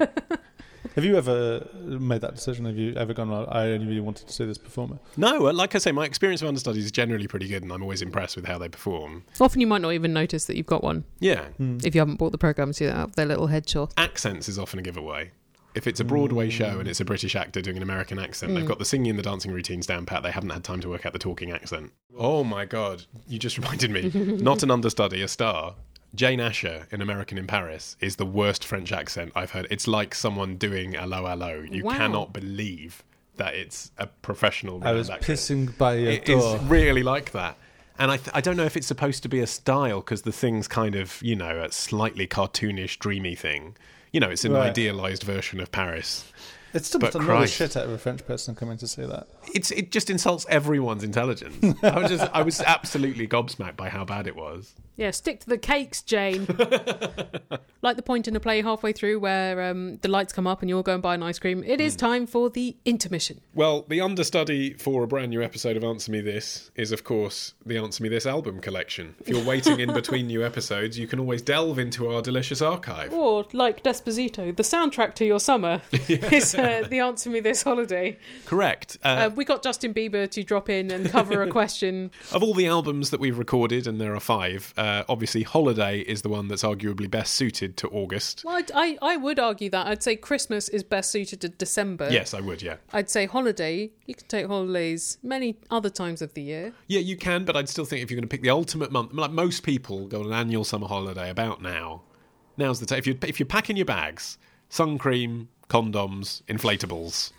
[SPEAKER 4] Have you ever made that decision? Have you ever gone, well, I only really wanted to see this performer?
[SPEAKER 3] no, uh, like I say, my experience of understudies is generally pretty good, and I'm always impressed with how they perform.
[SPEAKER 2] Often you might not even notice that you've got one
[SPEAKER 3] Yeah.
[SPEAKER 4] Hmm.
[SPEAKER 2] if you haven't bought the programs yet up their little headshot.
[SPEAKER 3] Accents is often a giveaway. If it's a Broadway show and it's a British actor doing an American accent, they've got the singing and the dancing routines down pat. They haven't had time to work out the talking accent. Oh my God, you just reminded me. Not an understudy, a star. Jane Asher in American in Paris is the worst French accent I've heard. It's like someone doing hello, hello. You
[SPEAKER 2] Wow.
[SPEAKER 3] cannot believe that it's a professional.
[SPEAKER 4] I was
[SPEAKER 3] accent.
[SPEAKER 4] pissing by your
[SPEAKER 3] It is
[SPEAKER 4] door.
[SPEAKER 3] really like that. And I, th- I don't know if it's supposed to be a style because the thing's kind of, you know, a slightly cartoonish, dreamy thing. You know, it's an
[SPEAKER 4] Right.
[SPEAKER 3] idealized version of Paris.
[SPEAKER 4] It's still
[SPEAKER 3] But
[SPEAKER 4] just another
[SPEAKER 3] Christ.
[SPEAKER 4] shit out of a French person coming to see that.
[SPEAKER 3] It's It just insults everyone's intelligence. I, was just, I was absolutely gobsmacked by how bad it was.
[SPEAKER 2] Yeah, stick to the cakes, Jane. like the point in a play halfway through where um, the lights come up and you'll go and buy an ice cream. It
[SPEAKER 3] Mm.
[SPEAKER 2] is time for the intermission.
[SPEAKER 3] Well, the understudy for a brand new episode of Answer Me This is, of course, the Answer Me This album collection. If you're waiting in between new episodes, you can always delve into our delicious archive.
[SPEAKER 2] Or, like Desposito, the soundtrack to your summer is uh, the Answer Me This holiday.
[SPEAKER 3] Correct. Uh,
[SPEAKER 2] Uh, we got Justin Bieber to drop in and cover a question.
[SPEAKER 3] Of all the albums that we've recorded, and there are five, uh, obviously Holiday is the one that's arguably best suited to August.
[SPEAKER 2] Well, I'd- I, I would argue that. I'd say Christmas is best suited to December.
[SPEAKER 3] Yes, I would, yeah.
[SPEAKER 2] I'd say holiday. You can take holidays many other times of the year.
[SPEAKER 3] Yeah, you can, but I'd still think if you're going to pick the ultimate month, like most people go on an annual summer holiday about now, now's the time. If you're, if you're packing your bags, sun cream, condoms, inflatables,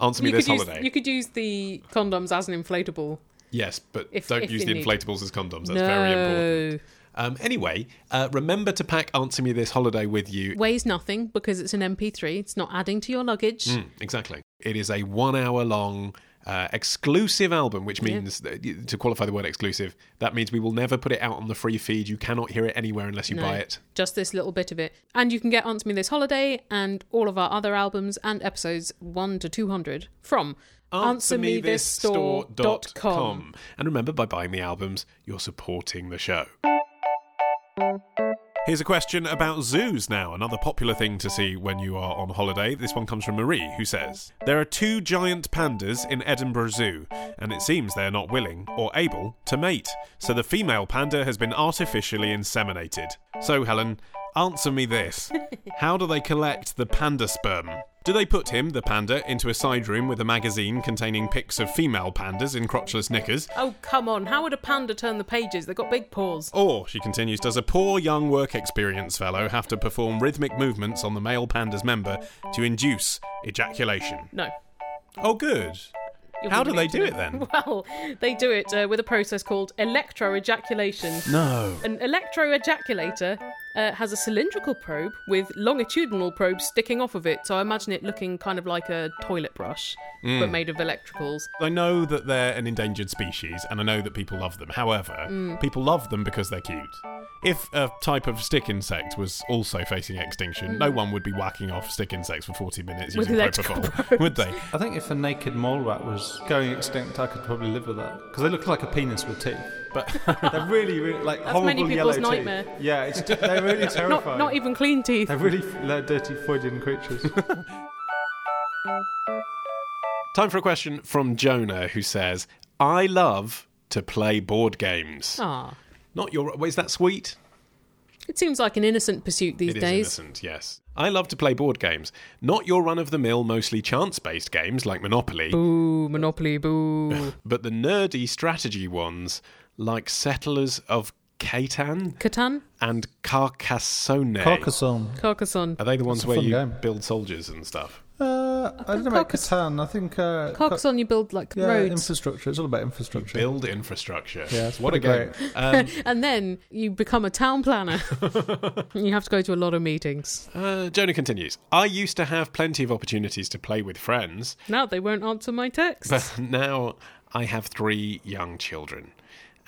[SPEAKER 3] answer me
[SPEAKER 2] you
[SPEAKER 3] this
[SPEAKER 2] could
[SPEAKER 3] holiday.
[SPEAKER 2] use you could use the condoms as an inflatable.
[SPEAKER 3] Yes, but
[SPEAKER 2] If-
[SPEAKER 3] don't
[SPEAKER 2] if
[SPEAKER 3] use
[SPEAKER 2] you
[SPEAKER 3] the
[SPEAKER 2] need.
[SPEAKER 3] inflatables as condoms. That's
[SPEAKER 2] no,
[SPEAKER 3] very important. Um, anyway, uh, remember to pack Answer Me This Holiday with you.
[SPEAKER 2] Weighs nothing because it's an MP3. It's not adding to your luggage.
[SPEAKER 3] Mm, exactly. It is a one hour long uh, exclusive album, which means, that, to qualify the word exclusive, that means we will never put it out on the free feed. You cannot hear it anywhere unless you
[SPEAKER 2] No,
[SPEAKER 3] buy it.
[SPEAKER 2] Just this little bit of it. And you can get Answer Me This Holiday and all of our other albums and episodes 1 to 200 from answermethisstore.com.
[SPEAKER 3] AnswerMeThisStore.com. And remember, by buying the albums, you're supporting the show. Here's a question about zoos now, another popular thing to see when you are on holiday. This one comes from Marie, who says There are two giant pandas in Edinburgh Zoo, and it seems they are not willing or able to mate, so the female panda has been artificially inseminated. So, Helen, answer me this How do they collect the panda sperm? Do they put him, the panda, into a side room with a magazine containing pics of female pandas in crotchless knickers,
[SPEAKER 2] Oh, come on. How would a panda turn the pages? They've got big paws.
[SPEAKER 3] or, she continues, does a poor young work experience fellow have to perform rhythmic movements on the male panda's member to induce ejaculation?
[SPEAKER 2] No.
[SPEAKER 3] Oh, good.
[SPEAKER 2] You'll
[SPEAKER 3] How
[SPEAKER 2] be
[SPEAKER 3] do they
[SPEAKER 2] relieved to
[SPEAKER 3] do
[SPEAKER 2] know.
[SPEAKER 3] it then?
[SPEAKER 2] Well, they do it uh, with a process called electroejaculation.
[SPEAKER 3] No.
[SPEAKER 2] An electroejaculator uh, has a cylindrical probe with longitudinal probes sticking off of it, so I imagine it looking kind of like a toilet brush,
[SPEAKER 3] Mm.
[SPEAKER 2] but made of electricals.
[SPEAKER 3] I know that they're an endangered species and I know that people love them. However,
[SPEAKER 2] Mm.
[SPEAKER 3] people love them because they're cute. If a type of stick insect was also facing extinction, no one would be whacking off stick insects for 40 minutes
[SPEAKER 2] Mm. With
[SPEAKER 3] using
[SPEAKER 2] electrical
[SPEAKER 3] propofol,
[SPEAKER 2] probes.
[SPEAKER 3] would they?
[SPEAKER 4] I think if a naked mole rat was going extinct, I could probably live with that because they look like a penis with teeth.
[SPEAKER 3] But
[SPEAKER 4] They're really, really like
[SPEAKER 2] That's
[SPEAKER 4] horrible
[SPEAKER 2] many
[SPEAKER 4] yellow
[SPEAKER 2] people's nightmare.
[SPEAKER 4] teeth. Yeah, it's, they're really
[SPEAKER 2] Not, e-
[SPEAKER 4] terrifying.
[SPEAKER 2] not even clean teeth.
[SPEAKER 4] They're really like, dirty Freudian creatures.
[SPEAKER 3] time for a question from Jonah who says, "I love to play board games."
[SPEAKER 2] Ah,
[SPEAKER 3] Not your is that sweet?
[SPEAKER 2] it seems like an innocent pursuit these
[SPEAKER 3] It is
[SPEAKER 2] days.
[SPEAKER 3] innocent, yes. I love to play board games, not your run of the mill, mostly chance based games like Monopoly,
[SPEAKER 2] Boo, Monopoly, boo.
[SPEAKER 3] but the nerdy strategy ones like Settlers of Catan
[SPEAKER 2] Catan?
[SPEAKER 3] and Carcassonne.
[SPEAKER 4] Carcassonne.
[SPEAKER 2] Carcassonne.
[SPEAKER 3] Are they the ones
[SPEAKER 4] a
[SPEAKER 3] where
[SPEAKER 4] fun
[SPEAKER 3] you
[SPEAKER 4] game.
[SPEAKER 3] build soldiers and stuff?
[SPEAKER 4] Uh, I, don't know about
[SPEAKER 2] Carcass-
[SPEAKER 4] Catan. I think uh, Car-
[SPEAKER 2] Carcassonne, you build like
[SPEAKER 4] yeah,
[SPEAKER 2] roads.
[SPEAKER 4] infrastructure. It's all about infrastructure.
[SPEAKER 3] Build infrastructure.
[SPEAKER 4] Yeah, it's
[SPEAKER 3] what a game.
[SPEAKER 4] pretty
[SPEAKER 3] Um,
[SPEAKER 2] and then you become a town planner. you have to go to a lot of meetings.
[SPEAKER 3] uh, Jonah continues I used to have plenty of opportunities to play with friends,
[SPEAKER 2] Now they won't answer my texts.
[SPEAKER 3] But now I have three young children.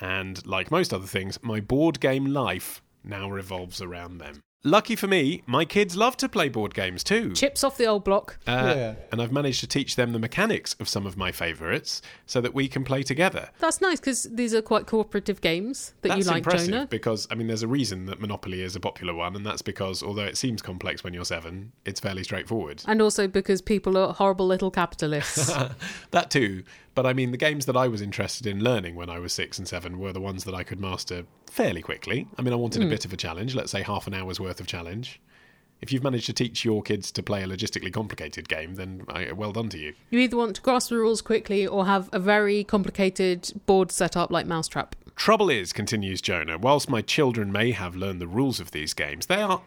[SPEAKER 3] And like most other things, my board game life now revolves around them. Lucky for me, my kids love to play board games too.
[SPEAKER 2] Chips off the old block.
[SPEAKER 3] Uh,
[SPEAKER 4] Yeah.
[SPEAKER 3] And I've managed to teach them the mechanics of some of my favourites so that we can play together.
[SPEAKER 2] That's nice because these are quite cooperative games that
[SPEAKER 3] That's
[SPEAKER 2] you like,
[SPEAKER 3] impressive
[SPEAKER 2] Jonah.
[SPEAKER 3] because, I mean, there's a reason that Monopoly is a popular one, and that's because although it seems complex when you're seven, it's fairly straightforward.
[SPEAKER 2] And also because people are horrible little capitalists.
[SPEAKER 3] that too. But I mean, the games that I was interested in learning when I was six and seven were the ones that I could master fairly quickly. I mean, I wanted a bit of a challenge, let's say half an hour's worth of challenge. If you've managed to teach your kids to play a logistically complicated game, then I, well done to you.
[SPEAKER 2] you either want to grasp the rules quickly or have a very complicated board set up like Mousetrap.
[SPEAKER 3] Trouble is, continues Jonah, whilst my children may have learned the rules of these games, they are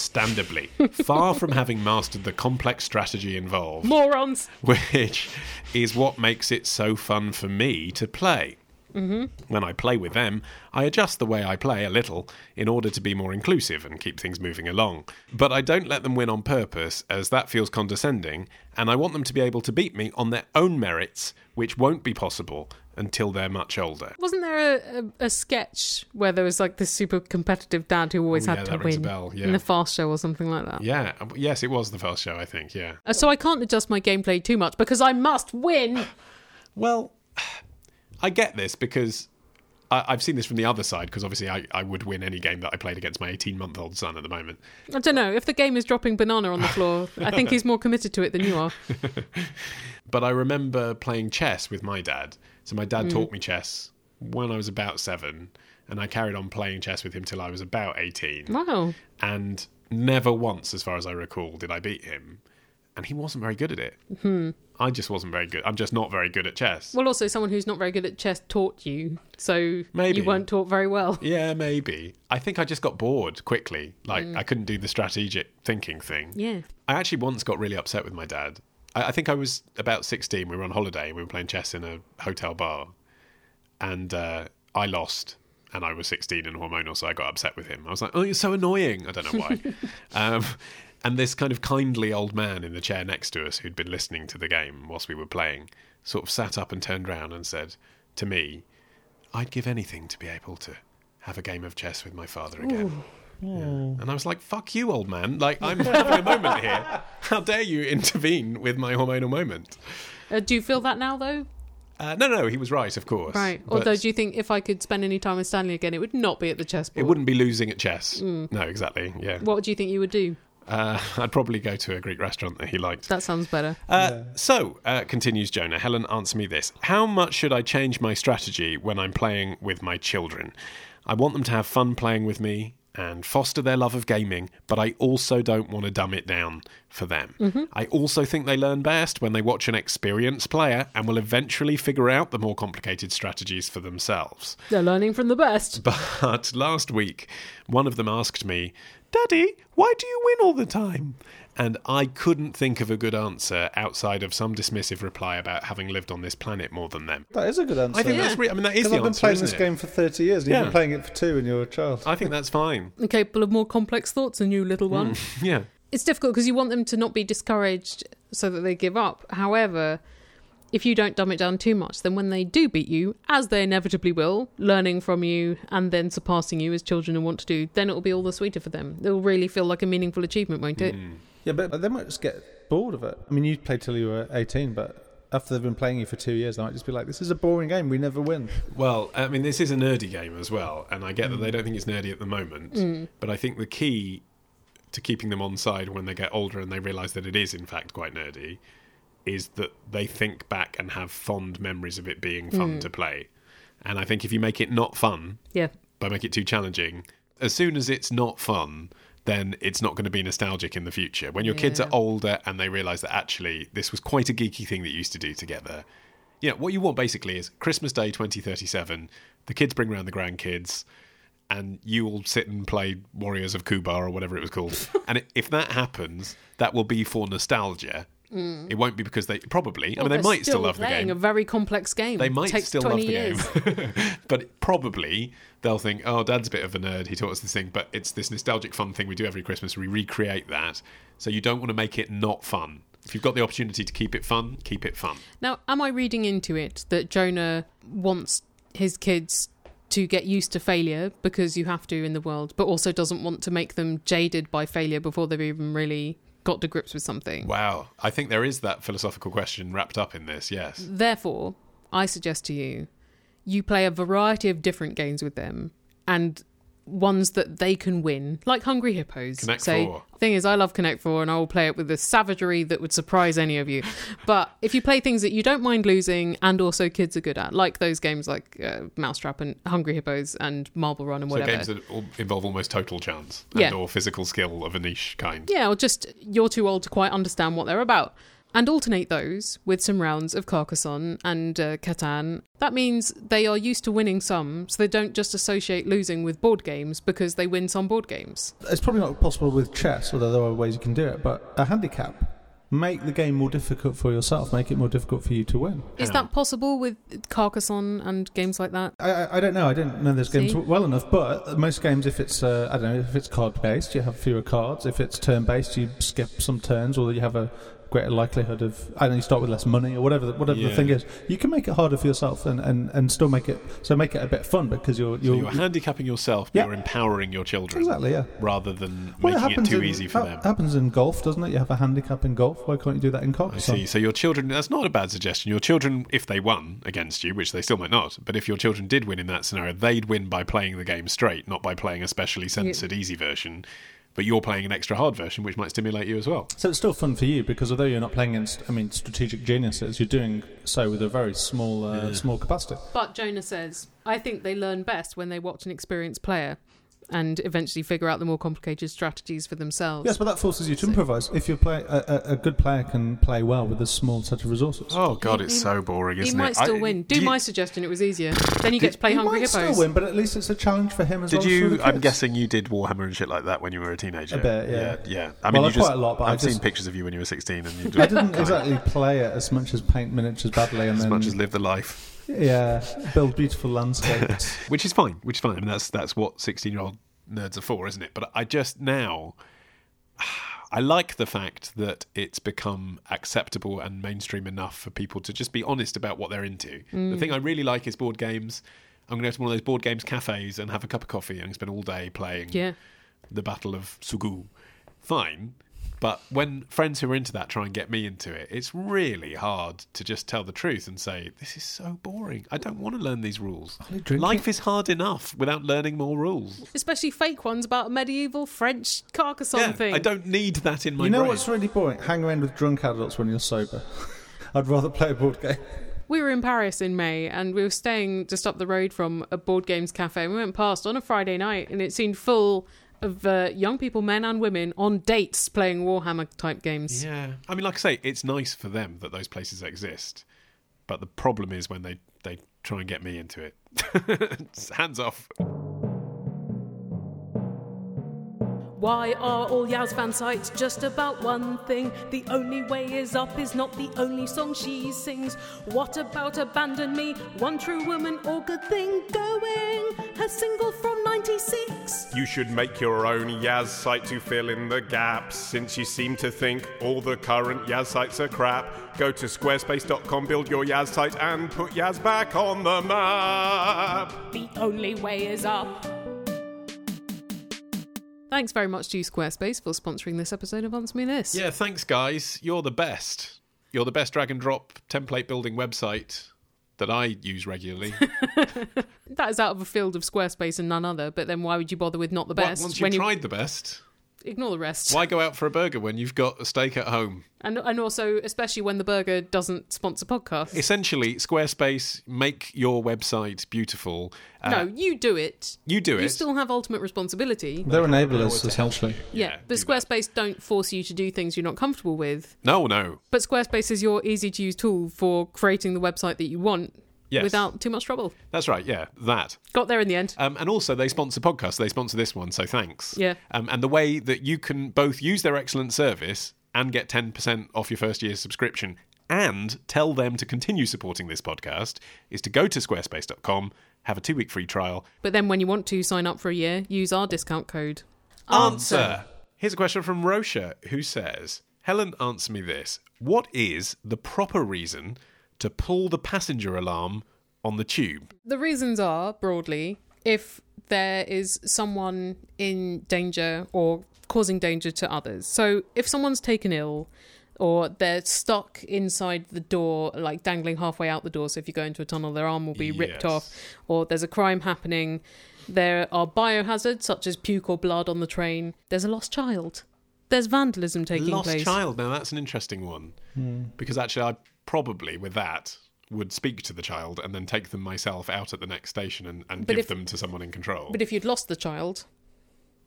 [SPEAKER 3] understandably far from having mastered the complex strategy involved.
[SPEAKER 2] Morons!
[SPEAKER 3] which is what makes it so fun for me to play. Mm-hmm. When I play with them, I adjust the way I play a little in order to be more inclusive and keep things moving along. But I don't let them win on purpose, as that feels condescending, and I want them to be able to beat me on their own merits, which won't be possible until they're much older.
[SPEAKER 2] Wasn't there a, a, a sketch where there was like this super competitive dad who always
[SPEAKER 3] Oh, yeah,
[SPEAKER 2] had to
[SPEAKER 3] that rings a
[SPEAKER 2] win
[SPEAKER 3] bell, yeah.
[SPEAKER 2] in the fast show or something like that?
[SPEAKER 3] Yeah, uh, yes, it was the first show, I think, yeah.
[SPEAKER 2] Uh, So I can't adjust my gameplay too much because I must win.
[SPEAKER 3] Well, I get this because I, I've seen this from the other side because obviously I, I would win any game that I played against my 18 month old son at the moment.
[SPEAKER 2] I don't know. If the game is dropping banana on the floor, I think he's more committed to it than you are.
[SPEAKER 3] But I remember playing chess with my dad. So my dad taught me chess when I was about seven, and I carried on playing chess with him till I was about 18.
[SPEAKER 2] Wow.
[SPEAKER 3] And never once, as far as I recall, did I beat him. And he wasn't very good at it. I just wasn't very good. I'm just not very good at chess.
[SPEAKER 2] Well, also someone who's not very good at chess taught you, so
[SPEAKER 3] Maybe.
[SPEAKER 2] you weren't taught very well.
[SPEAKER 3] Yeah, maybe. I think I just got bored quickly. Like, I couldn't do the strategic thinking thing.
[SPEAKER 2] Yeah.
[SPEAKER 3] I actually once got really upset with my dad. I, I think I was about 16. We were on holiday and we were playing chess in a hotel bar. And uh, I lost. and I was 16 and hormonal, so I got upset with him. I was like, "Oh, you're so annoying!" I don't know why. um, and this kind of kindly old man in the chair next to us, who'd been listening to the game whilst we were playing, sort of sat up and turned round and said to me, "I'd give anything to be able to have a game of chess with my father again."
[SPEAKER 2] Mm.
[SPEAKER 3] Yeah. And I was like, "Fuck you, old man! Like I'm having a moment here. How dare you intervene with my hormonal moment?"
[SPEAKER 2] Uh, do you feel that now, though?
[SPEAKER 3] Uh, no, no, he was right, of course.
[SPEAKER 2] Right.
[SPEAKER 3] But
[SPEAKER 2] Although, do you think if I could spend any time with Stanley again, it would not be at the chessboard?
[SPEAKER 3] it wouldn't be losing at chess. No, exactly. Yeah.
[SPEAKER 2] Mm. What do you think you would do?
[SPEAKER 3] Uh, I'd probably go to a Greek restaurant that he liked.
[SPEAKER 2] That sounds better.
[SPEAKER 3] Uh, So, uh, continues Jonah, Helen, answer me this. How much should I change my strategy when I'm playing with my children? I want them to have fun playing with me and foster their love of gaming, but I also don't want to dumb it down for them. I also think they learn best when they watch an experienced player and will eventually figure out the more complicated strategies for themselves.
[SPEAKER 2] They're learning from the best.
[SPEAKER 3] But last week, one of them asked me, Daddy, why do you win all the time? And I couldn't think of a good answer outside of some dismissive reply about having lived on this planet more than them.
[SPEAKER 4] That is a good answer.
[SPEAKER 3] I think that's re- I mean, that is
[SPEAKER 4] 'Cause
[SPEAKER 3] the
[SPEAKER 4] I've been
[SPEAKER 3] answer,
[SPEAKER 4] playing
[SPEAKER 3] isn't
[SPEAKER 4] this
[SPEAKER 3] it?
[SPEAKER 4] game for 30 years, and you've
[SPEAKER 3] Yeah.
[SPEAKER 4] been playing it for two when you were a child.
[SPEAKER 3] I think that's fine.
[SPEAKER 2] And capable of more complex thoughts, a new little
[SPEAKER 3] Mm.
[SPEAKER 2] one.
[SPEAKER 3] Yeah.
[SPEAKER 2] It's difficult because you want them to not be discouraged so that they give up. However, if you don't dumb it down too much, then when they do beat you, as they inevitably will, learning from you and then surpassing you as children and want to do, then it'll be all the sweeter for them. It'll really feel like a meaningful achievement, won't it?
[SPEAKER 3] Hmm.
[SPEAKER 4] Yeah, but they might just get bored of it. I mean, you played till you were 18, but after they've been playing you for two years, they might just be like, this is a boring game, we never win.
[SPEAKER 3] Well, I mean, this is a nerdy game as well, and I get that they don't think it's nerdy at the moment, but I think the key to keeping them on side when they get older and they realise that it is, in fact, quite nerdy is that they think back and have fond memories of it being fun to play. And I think if you make it not fun,
[SPEAKER 2] Yeah.
[SPEAKER 3] but make it too challenging. As soon as it's not fun, then it's not going to be nostalgic in the future. When your kids
[SPEAKER 2] Yeah.
[SPEAKER 3] are older and they realize that actually this was quite a geeky thing that you used to do together. Yeah, what you want basically is Christmas Day 2037, the kids bring round the grandkids, and you all sit and play Warriors of Kubar or whatever it was called. and if that happens, that will be for nostalgia.
[SPEAKER 2] Mm.
[SPEAKER 3] It won't be because they probably, I mean,
[SPEAKER 2] They're
[SPEAKER 3] they might still love the
[SPEAKER 2] playing
[SPEAKER 3] game.
[SPEAKER 2] a very complex game.
[SPEAKER 3] They might
[SPEAKER 2] Takes
[SPEAKER 3] still
[SPEAKER 2] 20
[SPEAKER 3] love the
[SPEAKER 2] years.
[SPEAKER 3] game, but probably they'll think, "Oh, Dad's a bit of a nerd. He taught us this thing, but it's this nostalgic, fun thing we do every Christmas. We recreate that. So you don't want to make it not fun. If you've got the opportunity to keep it fun, keep it fun.
[SPEAKER 2] Now, am I reading into it that Jonah wants his kids to get used to failure because you have to in the world, but also doesn't want to make them jaded by failure before they've even really got to grips with something?
[SPEAKER 3] Wow, I think there is that philosophical question wrapped up in this. Yes,
[SPEAKER 2] Therefore, I suggest to you, you play a variety of different games with them and ones that they can win, like Hungry Hippos.
[SPEAKER 3] Connect
[SPEAKER 2] say,
[SPEAKER 3] Four.
[SPEAKER 2] Thing is, I love Connect Four, and I will play it with the savagery that would surprise any of you. But if you play things that you don't mind losing, and also kids are good at, like those games like uh, Mousetrap and Hungry Hippos and Marble Run and
[SPEAKER 3] so
[SPEAKER 2] whatever.
[SPEAKER 3] games that all involve almost total chance
[SPEAKER 2] Yeah.
[SPEAKER 3] and or physical skill of a niche kind.
[SPEAKER 2] Yeah, or just you're too old to quite understand what they're about. And alternate those with some rounds of Carcassonne and uh, Catan. That means they are used to winning some, so they don't just associate losing with board games because they win some board games.
[SPEAKER 4] It's probably not possible with chess, although there are ways you can do it, but a handicap. Make the game more difficult for yourself, make it more difficult for you to win.
[SPEAKER 2] Is that possible with Carcassonne and games like that?
[SPEAKER 4] I, I, I don't know. I don't know those games
[SPEAKER 2] See?
[SPEAKER 4] well enough. But most games, if it's uh, I don't know, if it's card based, you have fewer cards. If it's turn based, you skip some turns, or you have a greater likelihood of. I don't know, you start with less money or whatever. The, whatever the
[SPEAKER 3] Yeah.
[SPEAKER 4] thing is, you can make it harder for yourself and, and, and still make it so make it a bit fun because you're
[SPEAKER 3] So
[SPEAKER 4] you're,
[SPEAKER 3] you're handicapping yourself, but
[SPEAKER 4] Yeah.
[SPEAKER 3] you're empowering your children
[SPEAKER 4] exactly yeah.
[SPEAKER 3] rather than
[SPEAKER 4] Well,
[SPEAKER 3] making it too
[SPEAKER 4] in,
[SPEAKER 3] easy for
[SPEAKER 4] ha-
[SPEAKER 3] them.
[SPEAKER 4] happens in golf, doesn't it? You have a handicap in golf. Why can't you do that in
[SPEAKER 3] I
[SPEAKER 4] cards?
[SPEAKER 3] see. So your children, that's not a bad suggestion. Your children, if they won against you, which they still might not, but if your children did win in that scenario, they'd win by playing the game straight, not by playing a specially censored easy version. But you're playing an extra hard version, which might stimulate you as well.
[SPEAKER 4] So it's still fun for you because although you're not playing against, I mean, strategic geniuses, you're doing so with a very small uh, small capacity.
[SPEAKER 2] But Jonah says, I think they learn best when they watch an experienced player and eventually figure out the more complicated strategies for themselves.
[SPEAKER 4] Yes, but that forces you to improvise. If you play, a, a, a good player can play well with a small set of resources.
[SPEAKER 3] Oh God, it's so boring,
[SPEAKER 2] He
[SPEAKER 3] isn't
[SPEAKER 2] might
[SPEAKER 3] it?
[SPEAKER 2] still
[SPEAKER 3] I-
[SPEAKER 2] win.
[SPEAKER 3] do
[SPEAKER 2] Do,
[SPEAKER 3] you-
[SPEAKER 2] my suggestion, it was easier. then you get to play
[SPEAKER 4] He
[SPEAKER 2] Hungry
[SPEAKER 4] might
[SPEAKER 2] Hippos.
[SPEAKER 4] still win, but at least it's a challenge for him as
[SPEAKER 3] Did
[SPEAKER 4] well. as for
[SPEAKER 3] you?
[SPEAKER 4] the
[SPEAKER 3] I'm
[SPEAKER 4] kids.
[SPEAKER 3] guessing you did War Hammer and shit like that when you were a teenager.
[SPEAKER 4] A bit, yeah.
[SPEAKER 3] yeah. yeah. I mean,
[SPEAKER 4] Well,
[SPEAKER 3] you
[SPEAKER 4] not
[SPEAKER 3] just,
[SPEAKER 4] quite a lot, but I
[SPEAKER 3] I've seen
[SPEAKER 4] just-
[SPEAKER 3] pictures of you when you were 16, and you
[SPEAKER 4] I
[SPEAKER 3] just
[SPEAKER 4] didn't exactly play it as much as paint miniatures badly, and
[SPEAKER 3] as
[SPEAKER 4] then
[SPEAKER 3] much as live the life.
[SPEAKER 4] Yeah, build beautiful landscapes.
[SPEAKER 3] which is fine, which is fine. I mean, that's that's what sixteen-year-old nerds are for, isn't it? But I just now, I like the fact that it's become acceptable and mainstream enough for people to just be honest about what they're into. The thing I really like is board games. I'm going to go to one of those board games cafes and have a cup of coffee and spend all day playing
[SPEAKER 2] Yeah.
[SPEAKER 3] the Battle of Sugu. Fine. But when friends who are into that try and get me into it, it's really hard to just tell the truth and say, this is so boring. I don't want to learn these rules. Life is hard enough without learning more rules.
[SPEAKER 2] Especially fake ones about a medieval French Carcassonne
[SPEAKER 3] Yeah,
[SPEAKER 2] thing.
[SPEAKER 3] I don't need that in my
[SPEAKER 4] you know
[SPEAKER 3] brain.
[SPEAKER 4] what's really boring? Hang around with drunk adults when you're sober. I'd rather play a board game.
[SPEAKER 2] we were in Paris in May and we were staying just up the road from a board games cafe. And we went past on a Friday night and it seemed full of uh, young people, men and women, on dates playing Warhammer type games.
[SPEAKER 3] Yeah. I mean, like I say, it's nice for them that those places exist. But the problem is when they, they try and get me into it. It's Hands off.
[SPEAKER 2] Why are all Yaz fan sites just about one thing? The only way is up is not the only song she sings. What about Abandon Me? One true woman or good thing going? Her single from 96.
[SPEAKER 1] You should make your own Yaz site to fill in the gaps. Since you seem to think all the current Yaz sites are crap, go to squarespace.com, build your Yaz site, and put Yaz back on the map.
[SPEAKER 2] The only way is up. Thanks very much to Squarespace for sponsoring this episode of Answer Me This.
[SPEAKER 3] Yeah, thanks, guys. You're the best. You're the best drag and drop template building website that I use regularly.
[SPEAKER 2] That is out of a field of Squarespace and none other, but then why would you bother with not the best
[SPEAKER 3] Once you've tried the best,
[SPEAKER 2] ignore the rest?
[SPEAKER 3] why go out for a burger when you've got a steak at home?
[SPEAKER 2] And, and also, especially when the burger doesn't sponsor podcasts.
[SPEAKER 3] Essentially, Squarespace make your website beautiful. Uh,
[SPEAKER 2] No, you do it.
[SPEAKER 3] you do
[SPEAKER 2] You
[SPEAKER 3] it.
[SPEAKER 2] still have ultimate responsibility.
[SPEAKER 4] They're enablers, essentially.
[SPEAKER 2] Yeah,
[SPEAKER 3] yeah,
[SPEAKER 2] but
[SPEAKER 3] do that.
[SPEAKER 2] Squarespace don't force you to do things you're not comfortable with.
[SPEAKER 3] no, no.
[SPEAKER 2] But Squarespace is your easy to use tool for creating the website that you want
[SPEAKER 3] Yes.
[SPEAKER 2] without too much trouble.
[SPEAKER 3] That's right. Yeah, that.
[SPEAKER 2] Got there in the end.
[SPEAKER 3] Um, and also, they sponsor podcasts. They sponsor this one, so thanks.
[SPEAKER 2] Yeah.
[SPEAKER 3] Um, and the way that you can both use their excellent service and get 10% off your first year's subscription and tell them to continue supporting this podcast is to go to squarespace.com, have a two week free trial.
[SPEAKER 2] But then when you want to sign up for a year, use our discount code.
[SPEAKER 3] Uh, Here's a question from Rosha who says Helen, answer me this. What is the proper reason to pull the passenger alarm on the tube?
[SPEAKER 2] The reasons are broadly if there is someone in danger or causing danger to others. So if someone's taken ill or they're stuck inside the door, like dangling halfway out the door, so if you go into a tunnel, their arm will be
[SPEAKER 3] Yes.
[SPEAKER 2] ripped off, or there's a crime happening, there are biohazards such as puke or blood on the train, there's a lost child. There's vandalism taking
[SPEAKER 3] Lost
[SPEAKER 2] place. Hmm.
[SPEAKER 3] child. Now that's an interesting one because actually, I probably with that would speak to the child and then take them myself out at the next station and, and
[SPEAKER 2] But
[SPEAKER 3] give
[SPEAKER 2] if-
[SPEAKER 3] them to someone in control.
[SPEAKER 2] But if you'd lost the child,